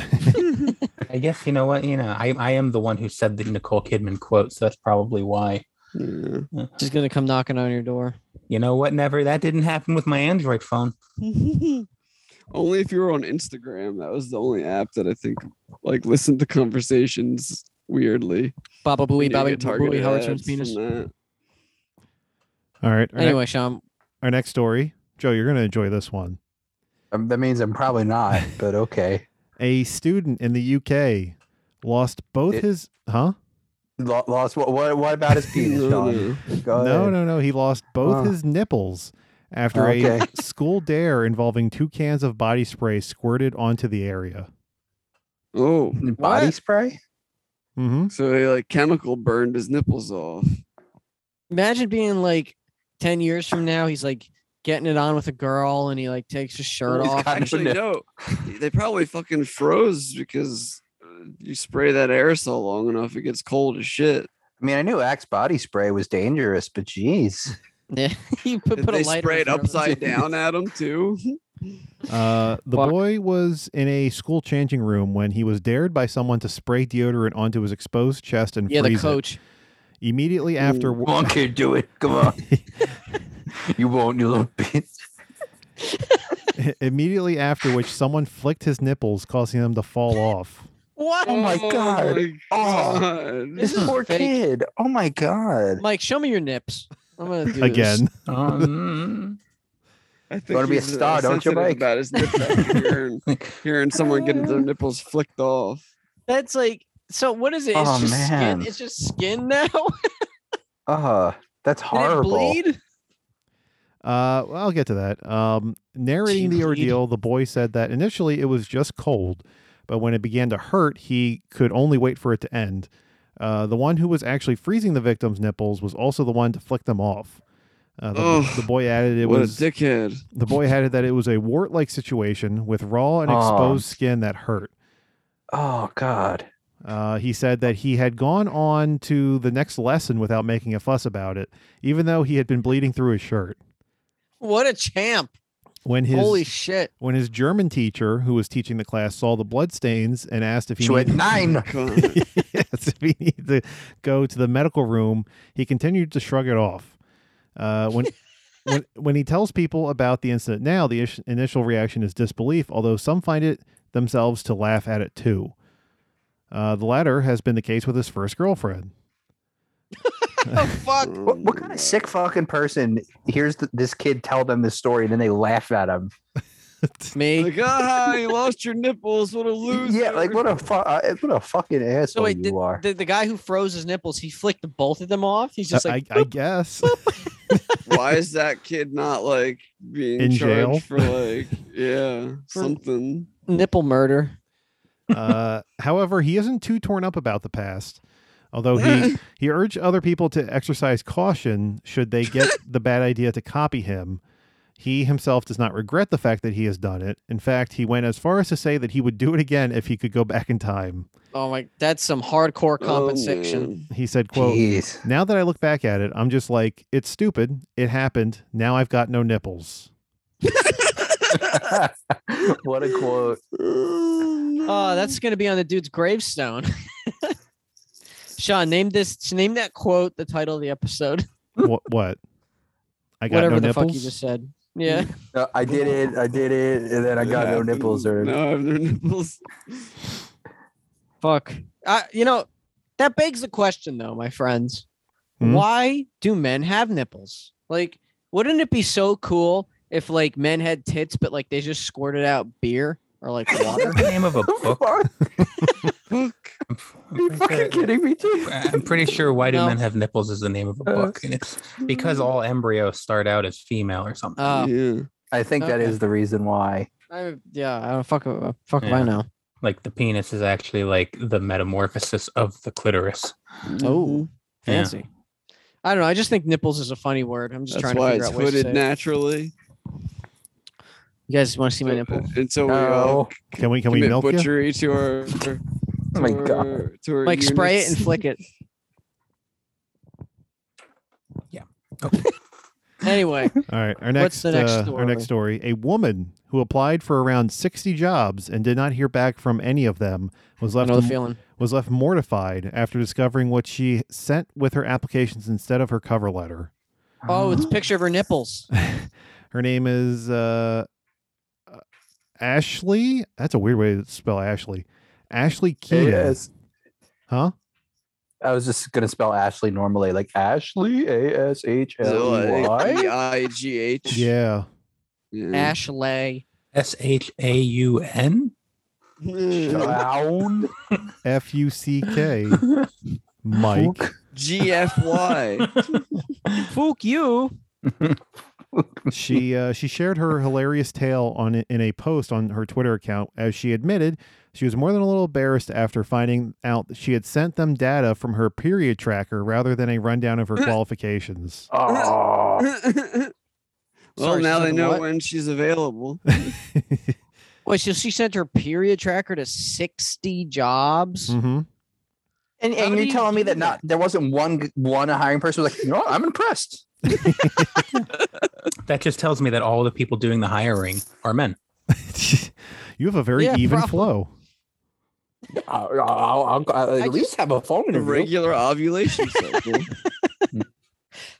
E: I guess you know what you know. I I am the one who said the Nicole Kidman quote, so that's probably why. Uh.
D: She's gonna come knocking on your door.
E: You know what? Never that didn't happen with my Android phone.
H: Only if you were on Instagram. That was the only app that I think like listened to conversations weirdly.
D: Baba Booey,
H: And you
D: Baba
H: get
D: Booey,
H: targeted
D: Howard Stern's
H: ads from
D: penis.
H: that.
F: All right. our ne-
D: Anyway, Sean.
F: our next story, Joe, you're going to enjoy this one.
G: Um, that means I'm probably not, but okay.
F: A student in the UK lost both
G: It-
F: his huh?
G: Lo- Lost what, what what about his penis, Sean? Go
F: No,
G: ahead.
F: no, no. He lost both
G: Oh.
F: his nipples after
G: Okay.
F: a school dare involving two cans of body spray squirted onto the area.
H: Oh,
G: body spray?
F: Mm-hmm.
H: So he like chemical burned his nipples off.
D: Imagine being like ten years from now. He's like getting it on with a girl, and he like takes his shirt off. and-
H: Actually, no. They probably fucking froze because uh, you spray that aerosol long enough, it gets cold as shit.
G: I mean, I knew Axe body spray was dangerous, but jeez.
D: Yeah, you put,
H: Did
D: put
H: they
D: a lighter
H: spray
D: in
H: it
D: front of his-
H: upside down at him too?
F: Uh, the boy was in a school changing room when he was dared by someone to spray deodorant onto his exposed chest and
D: Yeah, the
F: freeze it.
D: coach.
F: Immediately
H: Mm.
F: after,
G: Come on, kid, do it. Come on. you won't, you little bitch.
F: immediately after which someone flicked his nipples, causing them to fall off.
D: What?
G: Oh my god. Oh, this
D: is
G: poor
D: fake.
G: kid. Oh my god.
D: Mike, show me your nips. I'm gonna do this.
F: Again.
E: Um,
H: I
G: You wanna be a
H: he's, uh,
G: star, don't you,
H: sensitive
G: Mike?
H: About his nipples, after hearing, hearing someone get their nipples flicked off.
D: That's like so. What is it? It's
G: Oh,
D: just
G: man.
D: skin. It's just skin now.
G: Uh, that's horrible.
D: Did it bleed?
F: Uh, well, I'll get to that. Um, narrating the ordeal, the boy said that initially it was just cold, but when it began to hurt, he could only wait for it to end. Uh, the one who was actually freezing the victim's nipples was also the one to flick them off. Uh, the,
H: Ugh,
F: the boy added it
H: what a
F: was
H: dickhead.
F: The boy added that it was a wart-like situation with raw and
H: Oh.
F: exposed skin that hurt.
E: Oh God.
F: Uh, he said that he had gone on to the next lesson without making a fuss about it, even though he had been bleeding through his shirt.
D: What a champ!
F: When his
D: Holy shit!
F: When his German teacher, who was teaching the class, saw the bloodstains and asked if he
D: She went,
F: needed-
D: "Nein."
F: yes, if he needed to go to the medical room, he continued to shrug it off. Uh, when, when when he tells people about the incident now, the ish- initial reaction is disbelief, although some find it themselves to laugh at it too. Uh, the latter has been the case with his first girlfriend.
G: fuck? What, what kind of sick fucking person hears th- this kid tell them this story and then they laugh at him?
D: Me?
H: Like, ah, you lost your nipples. What a loser.
G: Yeah, like what a fu- uh, what a fucking
D: So
G: asshole
D: wait,
G: Oh, you
D: did,
G: are.
D: did the guy who froze his nipples, he flicked both of them off? He's just
F: I-
D: like,
F: I, I guess.
H: Why is that kid not like being
F: In jail?
H: charged for like yeah something?
D: nipple murder.
F: Uh, however, he isn't too torn up about the past, although he he urged other people to exercise caution should they get the bad idea to copy him. He himself does not regret the fact that he has done it. In fact, he went as far as to say that he would do it again if he could go back in time.
D: oh my, that's some hardcore
G: Oh,
D: compensation.
F: He said, quote,
G: Jeez.
F: Now that I look back at it, I'm just like, it's stupid. It happened. Now I've got no nipples.
G: what a quote.
D: Oh, that's gonna be on the dude's gravestone. Sean, name this, name that quote, the title of the episode,
F: what what? I got
D: whatever
F: no
D: the
F: nipples.
D: fuck you just said. Yeah,
G: No, I did it. I did it, and then I got no nipples. Or
H: No, I have no nipples.
D: fuck. Uh, you know, that begs the question, though, my friends.
F: Hmm?
D: Why do men have nipples? Like, wouldn't it be so cool if like men had tits, but like they just squirted out beer or like water?
E: The name of a book.
G: Are you fucking kidding me, dude?
E: I'm pretty sure Why Do
D: No.
E: Men Have Nipples is the name of a book, and it's because all embryos start out as female or something.
D: Oh.
G: I think that
D: Okay.
G: is the reason why.
D: I, yeah, I don't fuck. uh, Fuck if I
E: Yeah.
D: know.
E: Like the penis is actually like the metamorphosis of the clitoris.
D: Oh,
E: Yeah.
D: fancy. I don't know. I just think nipples is a funny word. I'm just
H: That's
D: trying to
H: why
D: figure
H: it's
D: out ways to say
H: hooded
D: it.
H: naturally.
D: You guys want to see my nipple?
H: And so we uh, all
F: Can we can we
H: commit
F: milk you?
H: butchery to our. to
G: Oh my
H: our-
G: God.
H: To our
D: Like spray it and
H: units.
D: flick it.
E: Yeah.
D: Anyway,
F: All right,
D: What's
F: our next,
D: the next
F: uh, our next story. A woman who applied for around sixty jobs and did not hear back from any of them was left
D: know the feeling.
F: was left mortified after discovering what she sent with her applications instead of her cover letter.
D: oh, it's a picture of her nipples.
F: Her name is uh, uh, Ashley. That's a weird way to spell Ashley. Ashley Keaton.
G: Yes.
F: Huh?
G: I was just gonna spell Ashley normally, like Ashley A S H L E
H: E
G: Y.
H: I G H.
F: Yeah.
H: Yeah.
D: Ashley.
E: S H A U N.
G: Down.
F: F U C K. Mike.
H: G F Y.
D: Fuck you.
F: she uh, she shared her hilarious tale on in a post on her Twitter account. As she admitted, she was more than a little embarrassed after finding out that she had sent them data from her period tracker rather than a rundown of her qualifications.
G: Oh,
H: Well,
D: Sorry, she
H: now
D: said
H: they know
D: what?
H: when she's available.
D: Wait, so she sent her period tracker to 60 jobs?
F: Mm-hmm.
G: and,
D: How
G: and
D: do
G: you're
D: you
G: telling me
D: do
G: that not there wasn't one one hiring person was like, you know what? I'm impressed.
E: That just tells me that all the people doing the hiring are men.
F: you have a very
D: Yeah,
F: even
D: probably.
F: flow.
G: I'll, I'll, I'll, I'll at
D: I
G: least have a phone
H: A
G: interview.
H: regular ovulation cycle.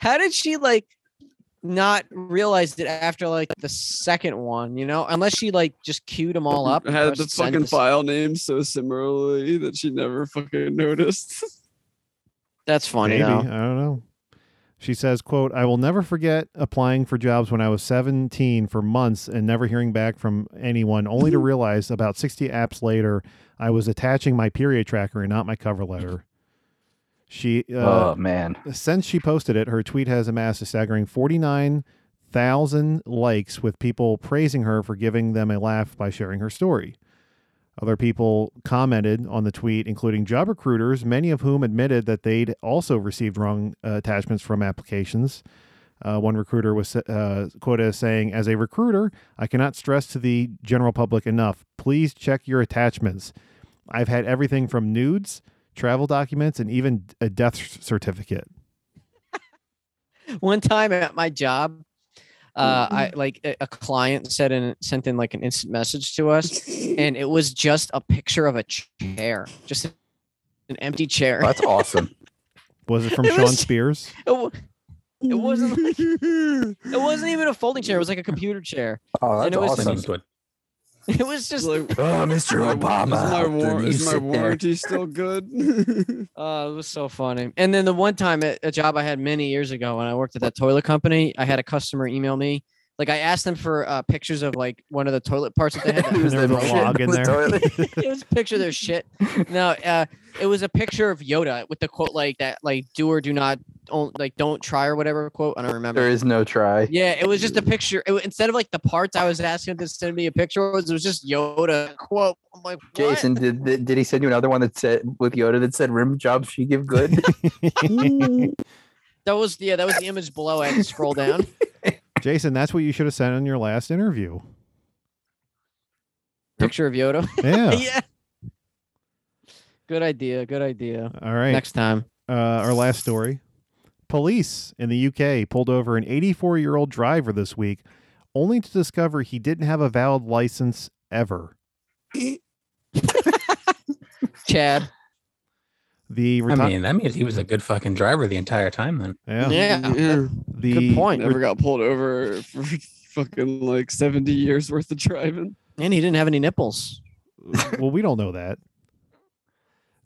D: How did she like not realize it after like the second one, you know? Unless she like just queued them all up. and
H: Had the
D: pressed send
H: fucking
D: to-
H: file name so similarly that she never fucking noticed.
D: That's funny.
F: Maybe.
D: though.
F: I don't know. She says, quote, I will never forget applying for jobs when I was 17 for months and never hearing back from anyone, only to realize about 60 apps later, I was attaching my period tracker and not my cover letter. She, uh,
G: oh man,
F: since she posted it, her tweet has amassed a staggering 49,000 likes with people praising her for giving them a laugh by sharing her story. Other people commented on the tweet, including job recruiters, many of whom admitted that they'd also received wrong uh, attachments from applications. Uh, one recruiter was uh, quoted as saying, "As a recruiter, I cannot stress to the general public enough. Please check your attachments. I've had everything from nudes, travel documents, and even a death certificate."
D: one time at my job uh i like a a client said and sent in like an instant message to us and it was just a picture of a chair just an empty chair
F: awesome. was it from
D: It
F: Sean
D: was-
F: Spears?
D: it, wa- it wasn't like it wasn't even a folding chair it was like a computer chair
G: Oh,
D: And
G: that's
D: it was-
G: awesome.
D: it was just like
T: Oh, Mr. Obama,
H: Is my,
T: how
H: war-
T: dare you
H: is my
T: sit there?
H: warranty still good?
D: Uh, it was so funny. And then the one time at a job I had many years ago when I worked at that toilet company, I had a customer email me. Like I asked them for uh, pictures of like one of the toilet parts that they had.
F: And there was a log in there.
D: it was a picture of their shit. No, uh, it was a picture of Yoda with the quote like that, like "Do or do not, on- like don't try or whatever quote." I don't remember.
G: There is no try.
D: Yeah, it was just a picture. It, wa- instead of like the parts I was asking them to send me a picture, of, it was just Yoda quote. I'm like, what?
G: Jason, did, did did he send you another one that said with Yoda that said rim jobs she give good?
D: Mm. That was yeah, that was the image below. I had to scroll down.
F: Jason, that's what you should have said in your last interview.
D: Picture of Yoda.
F: Yeah.
D: yeah. Good idea. Good idea.
F: All right.
D: Next time.
F: Uh, our last story. Police in the UK pulled over an 84 year old driver this week, only to discover he didn't have a valid license ever.
D: Chad.
F: The
E: I mean, that means he was a good fucking driver the entire time. Then.
F: Yeah. The
H: Good
F: point.
H: Never got pulled over for fucking like 70 years worth of driving.
D: And he didn't have any nipples.
F: well, we don't know that.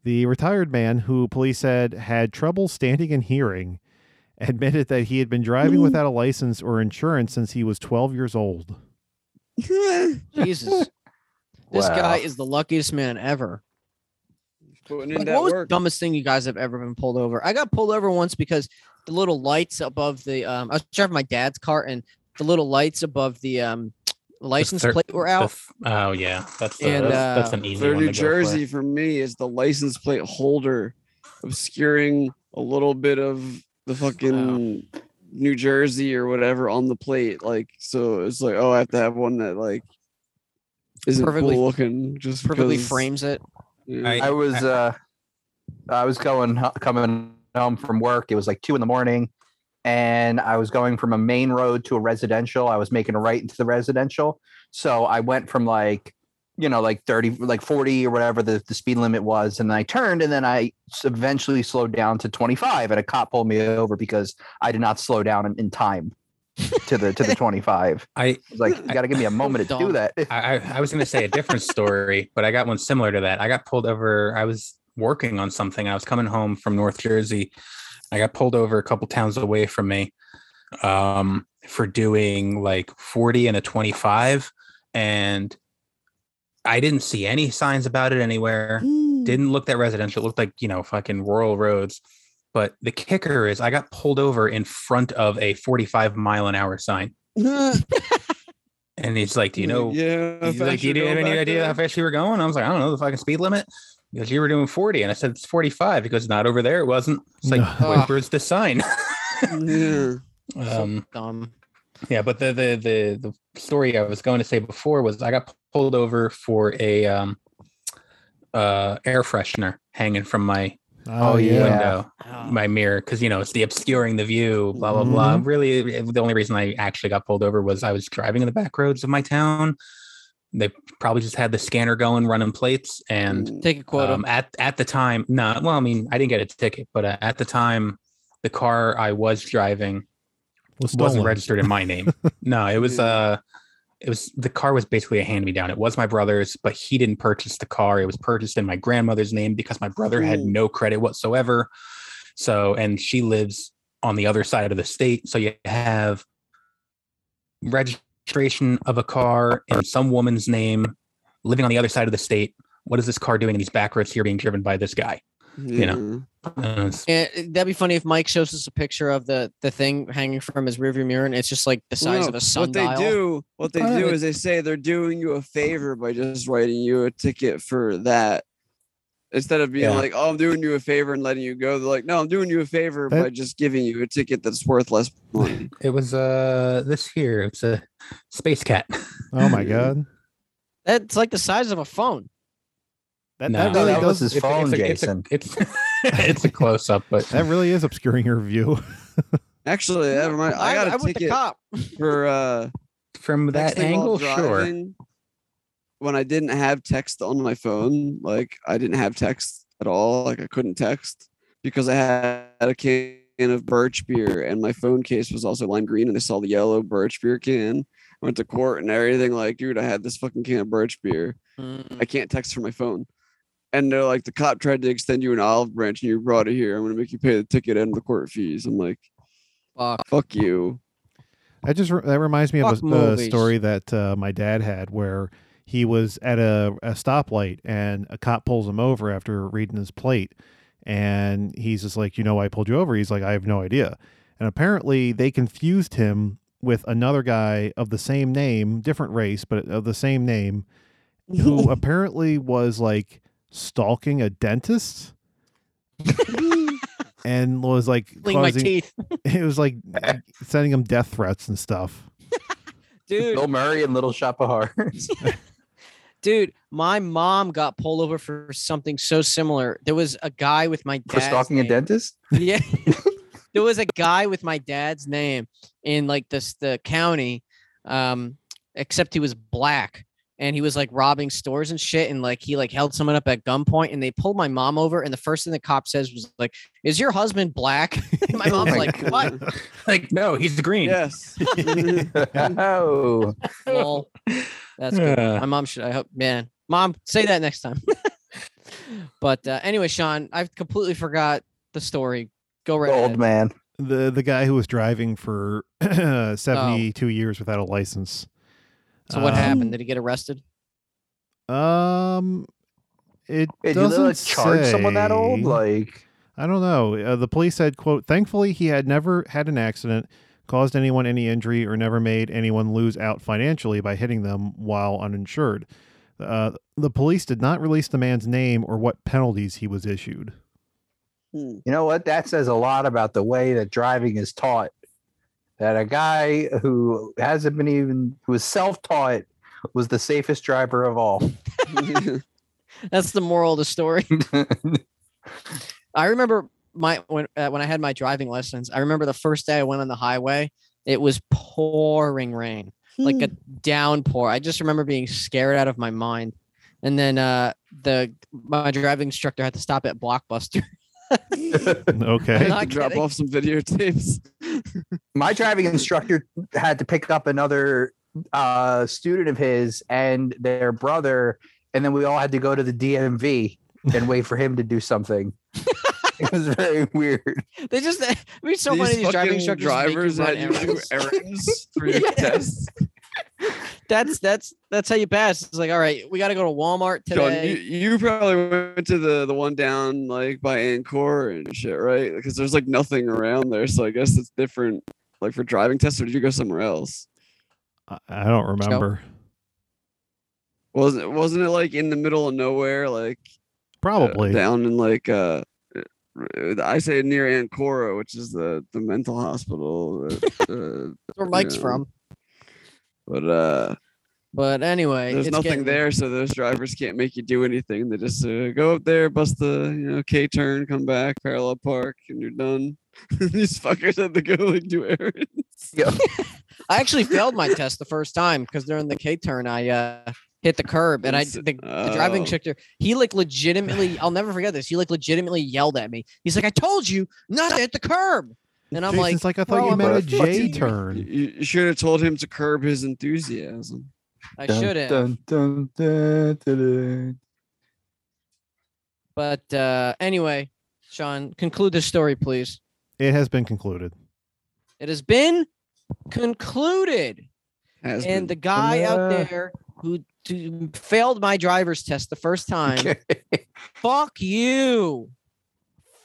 F: The retired man, who police said had trouble standing and hearing, admitted that he had been
D: Hmm.
F: driving without a license or insurance since he was 12 years old.
D: Jesus. This
F: Wow.
D: guy is the luckiest man ever.
H: Putting
D: Like,
H: in
D: what
H: that
D: was
H: work.
D: the dumbest thing you guys have ever been pulled over? I got pulled over once because the little lights above the um I was driving my dad's car and the little lights above the um license
E: thir-
D: plate were out.
E: Oh yeah, that's the,
D: And,
E: that's, that's
D: uh,
E: an easy
H: For
E: one.
H: New
E: to go
H: Jersey, for. me, is the license plate holder obscuring a little bit of the fucking New Jersey or whatever on the plate. Like, so it's like, oh, I have to have one that like isn't
D: Perfectly-
H: cool looking. Just
D: Perfectly
H: because-
D: frames it.
G: I was uh, I was going ho- coming home from work. It was like two in the morning, and I was going from a main road to a residential. I was making a right into the residential, so I went from like you know like 30 like 40 or whatever the, the speed limit was and i turned and then i s- eventually slowed down to 25 and a cop pulled me over because i did not slow down in, in time to the to the 25
E: I
G: was like you gotta give me a moment to do that
E: I, I- I was going to say a different story, but I got one similar to that. I got pulled over. I was working on something. I was coming home from North Jersey. I got pulled over a couple towns away from me um, for doing like 40 and a 25. And I didn't see any signs about it anywhere. Didn't look that residential. It looked like, you know, fucking rural roads. But the kicker is I got pulled over in front of a 45 mile an hour sign. And he's like, Do you know?
H: Yeah.
E: He's like, Do you have any idea how fast you were going? I was like, I don't know the fucking speed limit. Because you were doing 40. And I said, It's 45. He goes, Not over there. It wasn't. It's like,
D: Ah.
E: "Wait, Where's the sign?
D: So
E: um,
D: dumb.
E: Yeah. But the, the, the, the story I was going to say before was I got pulled over for a um, uh, air freshener hanging from my
F: Oh, yeah.
E: window, my mirror, because you know it's the obscuring the view, blah blah blah. Really, it- the only reason I actually got pulled over was I was driving in the back roads of my town. They probably just had the scanner going, running plates, and
D: take a quote
E: um, at at the time. No, well, I mean, I didn't get a ticket, but uh, at the time, the car I was driving
F: Was
E: wasn't
F: stolen.
E: registered in my name. no, it was uh it was the car was basically a hand me down. It was my brother's, but he didn't purchase the car. It was purchased in my grandmother's name because my brother had
T: Ooh.
E: no credit whatsoever. So, and she lives on the other side of the state. So you have registration of a car in some woman's name living on the other side of the state. What is this car doing in these back roads here being driven by this guy? You know, Uh, it's-
D: And uh, that'd be funny if Mike shows us a picture of the the thing hanging from his rearview mirror, and it's just like the size
H: No,
D: of a sundial.
H: What they do, what they
D: I know,
H: do
D: it-
H: is they say they're doing you a favor by just writing you a ticket for that. Instead of being
E: Yeah.
H: like, "Oh, I'm doing you a favor and letting you go," they're like, "No, I'm doing you a favor by
E: That-
H: just giving you a ticket that's worth less money."
E: It was uh this here. It's a space cat.
F: Oh my god.
D: That's like the size of a phone.
F: That,
E: No.
F: that really
E: That was
F: does
E: his It's a- phone, it's a- it's a- Jason. It's it's a close up, but
F: that really is obscuring your view.
H: Actually, that remind, I
D: I-
H: got a
D: I went to
H: ticket
D: cop.
H: for uh,
E: from that angle, sure.
H: When I didn't have text on my phone, like I didn't have text at all, like I couldn't text because I had a can of birch beer and my phone case was also lime green and they saw the yellow birch beer can. I went to court and everything, like, dude, I had this fucking can of birch beer. I
D: Mm.
H: can't text from my phone. And they're like, the cop tried to extend you an olive branch and you brought it here. I'm gonna make you pay the ticket and the court fees. I'm like,
D: fuck,
H: you.
F: That just re- that reminds me of
H: Fuck
F: a, a
H: movies.
F: story that uh, my dad had where he was at a, a stoplight and a cop pulls him over after reading his plate, and he's just like, you know, I pulled you over. He's like, I have no idea, and apparently they confused him with another guy of the same name, different race, but of the same name, who apparently was like stalking a dentist and was like
D: Fling my teeth.
F: It was like sending him death threats and stuff.
D: Dude.
E: Bill Murray and Little Shop of Horrors.
D: Dude, my mom got pulled over for something so similar. There was a guy with my
T: For
D: dad's
T: stalking a
D: name.
T: dentist?
D: Yeah. there was a guy with my dad's name in like this the county, um, except he was black and he was like robbing stores and shit. And like he like held someone up at gunpoint and they pulled my mom over. And the first thing the cop says was like, Is your husband black? And Oh my mom's like, What?
E: like, no, he's green.
H: Yes.
T: oh.
D: Lol. That's good.
E: Yeah.
D: My mom should. I hope, man. Mom, say that next time. but uh, anyway, Sean, I've completely forgot the story. Go right. ahead.
T: man.
F: The the guy who was driving for seventy two years without a license.
D: So what
F: Um,
D: happened? Did he get arrested?
F: Um, it
T: Wait, do they,
F: doesn't
T: like, charge someone that old?
F: say.
T: Like-
F: I don't know. Uh, the police said, "quote Thankfully, he had never had an accident, caused anyone any injury, or never made anyone lose out financially by hitting them while uninsured." Uh, the police did not release the man's name or what penalties he was issued.
D: Hmm.
T: You know what? That says a lot about the way that driving is taught. That a guy who hasn't been even who was self-taught was the safest driver of all.
D: That's the moral of the story. I remember my when uh, when I had my driving lessons. I remember the first day I went on the highway. It was pouring rain, like a downpour. I just remember being scared out of my mind. And then uh, the my driving instructor had to stop at Blockbuster.
F: Okay.
D: not
H: drop
D: kidding.
H: off some videotapes.
T: my driving instructor had to pick up another uh, student of his and their brother, and then we all had to go to the DMV and wait for him to do something. it was very weird.
D: They just, I mean, so many of these driving instructors
H: drivers
D: make
H: that
D: you
H: you
D: run
H: do
D: errands.
H: errands for your
D: Yes.
H: tests.
D: That's that's that's how you pass. It's like, all right, we got to go to Walmart
H: John,
D: today.
H: you, you probably went to the the one down like by Encore and shit, right? Because there's like nothing around there, so I guess it's different. Like for driving tests, or did you go somewhere else?
F: I, I don't remember.
H: Wasn't wasn't it like in the middle of nowhere, like
F: Probably.
H: down in like uh, uh, I say near Ancora, which is the the mental hospital. Uh, uh,
D: where
H: you
D: Mike's
H: know.
D: from.
H: But uh,
D: But anyway,
H: there's
D: it's
H: nothing
D: getting-
H: there, so those drivers can't make you do anything. They just uh, go up there, bust the you know K turn, come back, parallel park, and you're done. These fuckers have to go and do errands.
T: Yeah.
D: I actually failed my test the first time because during the K turn, I uh, hit the curb and I
H: It's-
D: the, the driving
H: oh.
D: instructor. He like legitimately, I'll never forget this. He like legitimately yelled at me. He's like, "I told you not to hit the curb," and I'm
F: Jason's
D: like,
F: like, "I thought
D: "Bro,
F: you
D: I'm
F: meant
D: gonna
F: a
D: fuck
F: J
D: you."
F: turn."
H: You, you should have told him to curb his enthusiasm.
D: I should have. But uh, anyway, Sean, conclude this story, please.
F: It has been concluded.
D: It has been concluded.
H: Has
D: and
H: been.
D: the guy out
H: Yeah.
D: there who t- failed my driver's test the first time, fuck you.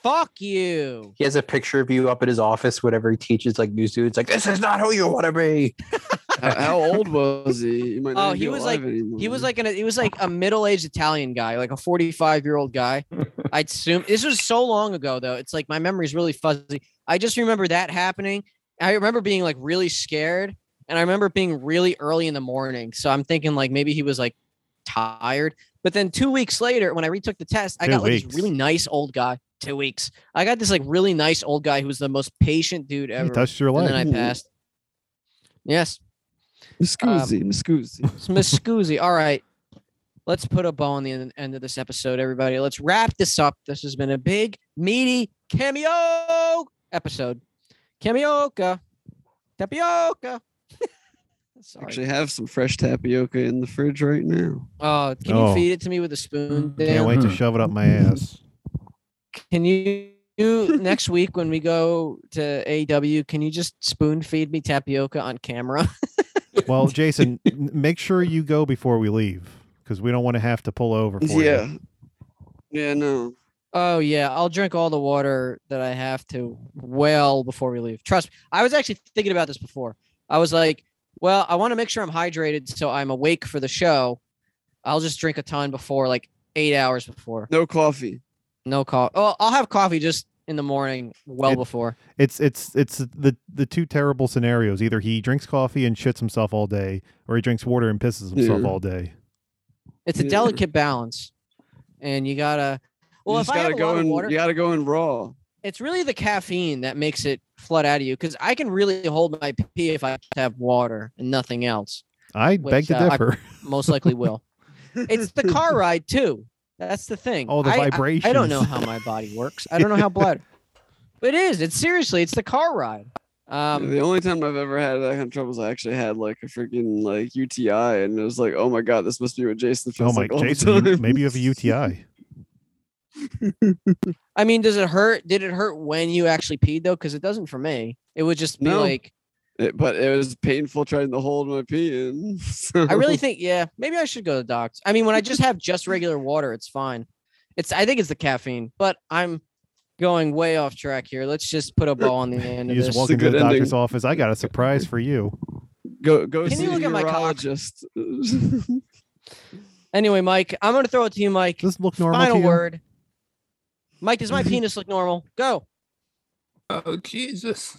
D: Fuck you.
T: He has a picture of you up at his office, whatever he teaches, like new students, like, this is not who you want to be.
H: how, how old was he? He might not
D: Oh,
H: even
D: he
H: be
D: was like
H: alive anymore.
D: he was like an he was like a middle aged Italian guy, like a forty five year old guy. I'd assume this was so long ago though. It's like my memory's really fuzzy. I just remember that happening. I remember being like really scared, and I remember it being really early in the morning. So I'm thinking like maybe he was like tired. But then two weeks later, when I retook the test, I
F: Two
D: got like
F: weeks.
D: this really nice old guy. Two weeks. I got this like really nice old guy who was the most patient dude ever.
F: touched your
D: and
F: life.
H: Hmm.
D: then I passed. Yes. Um,
H: Miscusi,
D: It's Miscusi. All right. Let's put a bow on the end, end of this episode, everybody. Let's wrap this up. This has been a big, meaty cameo episode. Cameoca. Tapioca. Sorry.
H: Actually, have some fresh tapioca in the fridge right now.
D: Oh, can
F: Oh.
D: you feed it to me with a spoon?
F: Can't
D: Dan?
F: wait to shove it up my ass.
D: Can you, you next week when we go to AW, can you just spoon feed me tapioca on camera?
F: Well, Jason, n- make sure you go before we leave because we don't want to have to pull over. For
H: Yeah.
F: you.
H: Yeah, no.
D: Oh yeah, I'll drink all the water that I have to well before we leave. Trust me. I was actually thinking about this before. I was like, well, I want to make sure I'm hydrated so I'm awake for the show. I'll just drink a ton before like 8 hours before.
H: No coffee.
D: No coffee. Oh, I'll have coffee just in the morning well
F: It-
D: before.
F: It's it's it's the the two terrible scenarios. Either he drinks coffee and shits himself all day, or he drinks water and pisses himself
D: Yeah.
F: all day.
D: It's a
H: Yeah.
D: delicate balance. And you got to Well,
H: you
D: if
H: just
D: I
H: gotta
D: have a
H: go
D: lot of
H: in,
D: water-
H: you gotta go in raw.
D: it's really the caffeine that makes it flood out of you cuz I can really hold my pee if I have water and nothing else.
F: I
D: which,
F: beg to
D: uh, I
F: differ.
D: most likely will. it's the car ride too. That's the thing.
F: Oh, the
D: I- I- I,
F: vibrations.
D: don't know how my body works. I don't know how blood. It is. It's seriously. It's the car ride. Um,
H: the only time I've ever had that kind of trouble is I actually had like a freaking like UTI, and it was like, oh my god, this must be what Jason
F: Oh
H: feels
F: my,
H: like all the
F: Jason, you-
H: time.
F: maybe you have a UTI.
D: I mean, does it hurt? Did it hurt when you actually peed though? Because it doesn't for me. It would just be
H: No.
D: like.
H: It- but it was painful trying to hold my pee in.
D: I really think. Yeah, maybe I should go to the doctor. I mean, when I just have just regular water, it's fine. It's. I think it's the caffeine, but I'm going way off track here. Let's just put a bow on the end
F: You
D: of
F: just
D: this.
F: walk into the doctor's office. I got a surprise for you.
H: Go go
D: Can
H: see
D: you look
H: a
D: at my cock?
H: urologist.
D: Anyway, Mike, I'm going to throw it to you, Mike.
F: Does look normal?
D: Final
F: to you?
D: word. Mike, does my penis look normal? Go.
E: Oh Jesus!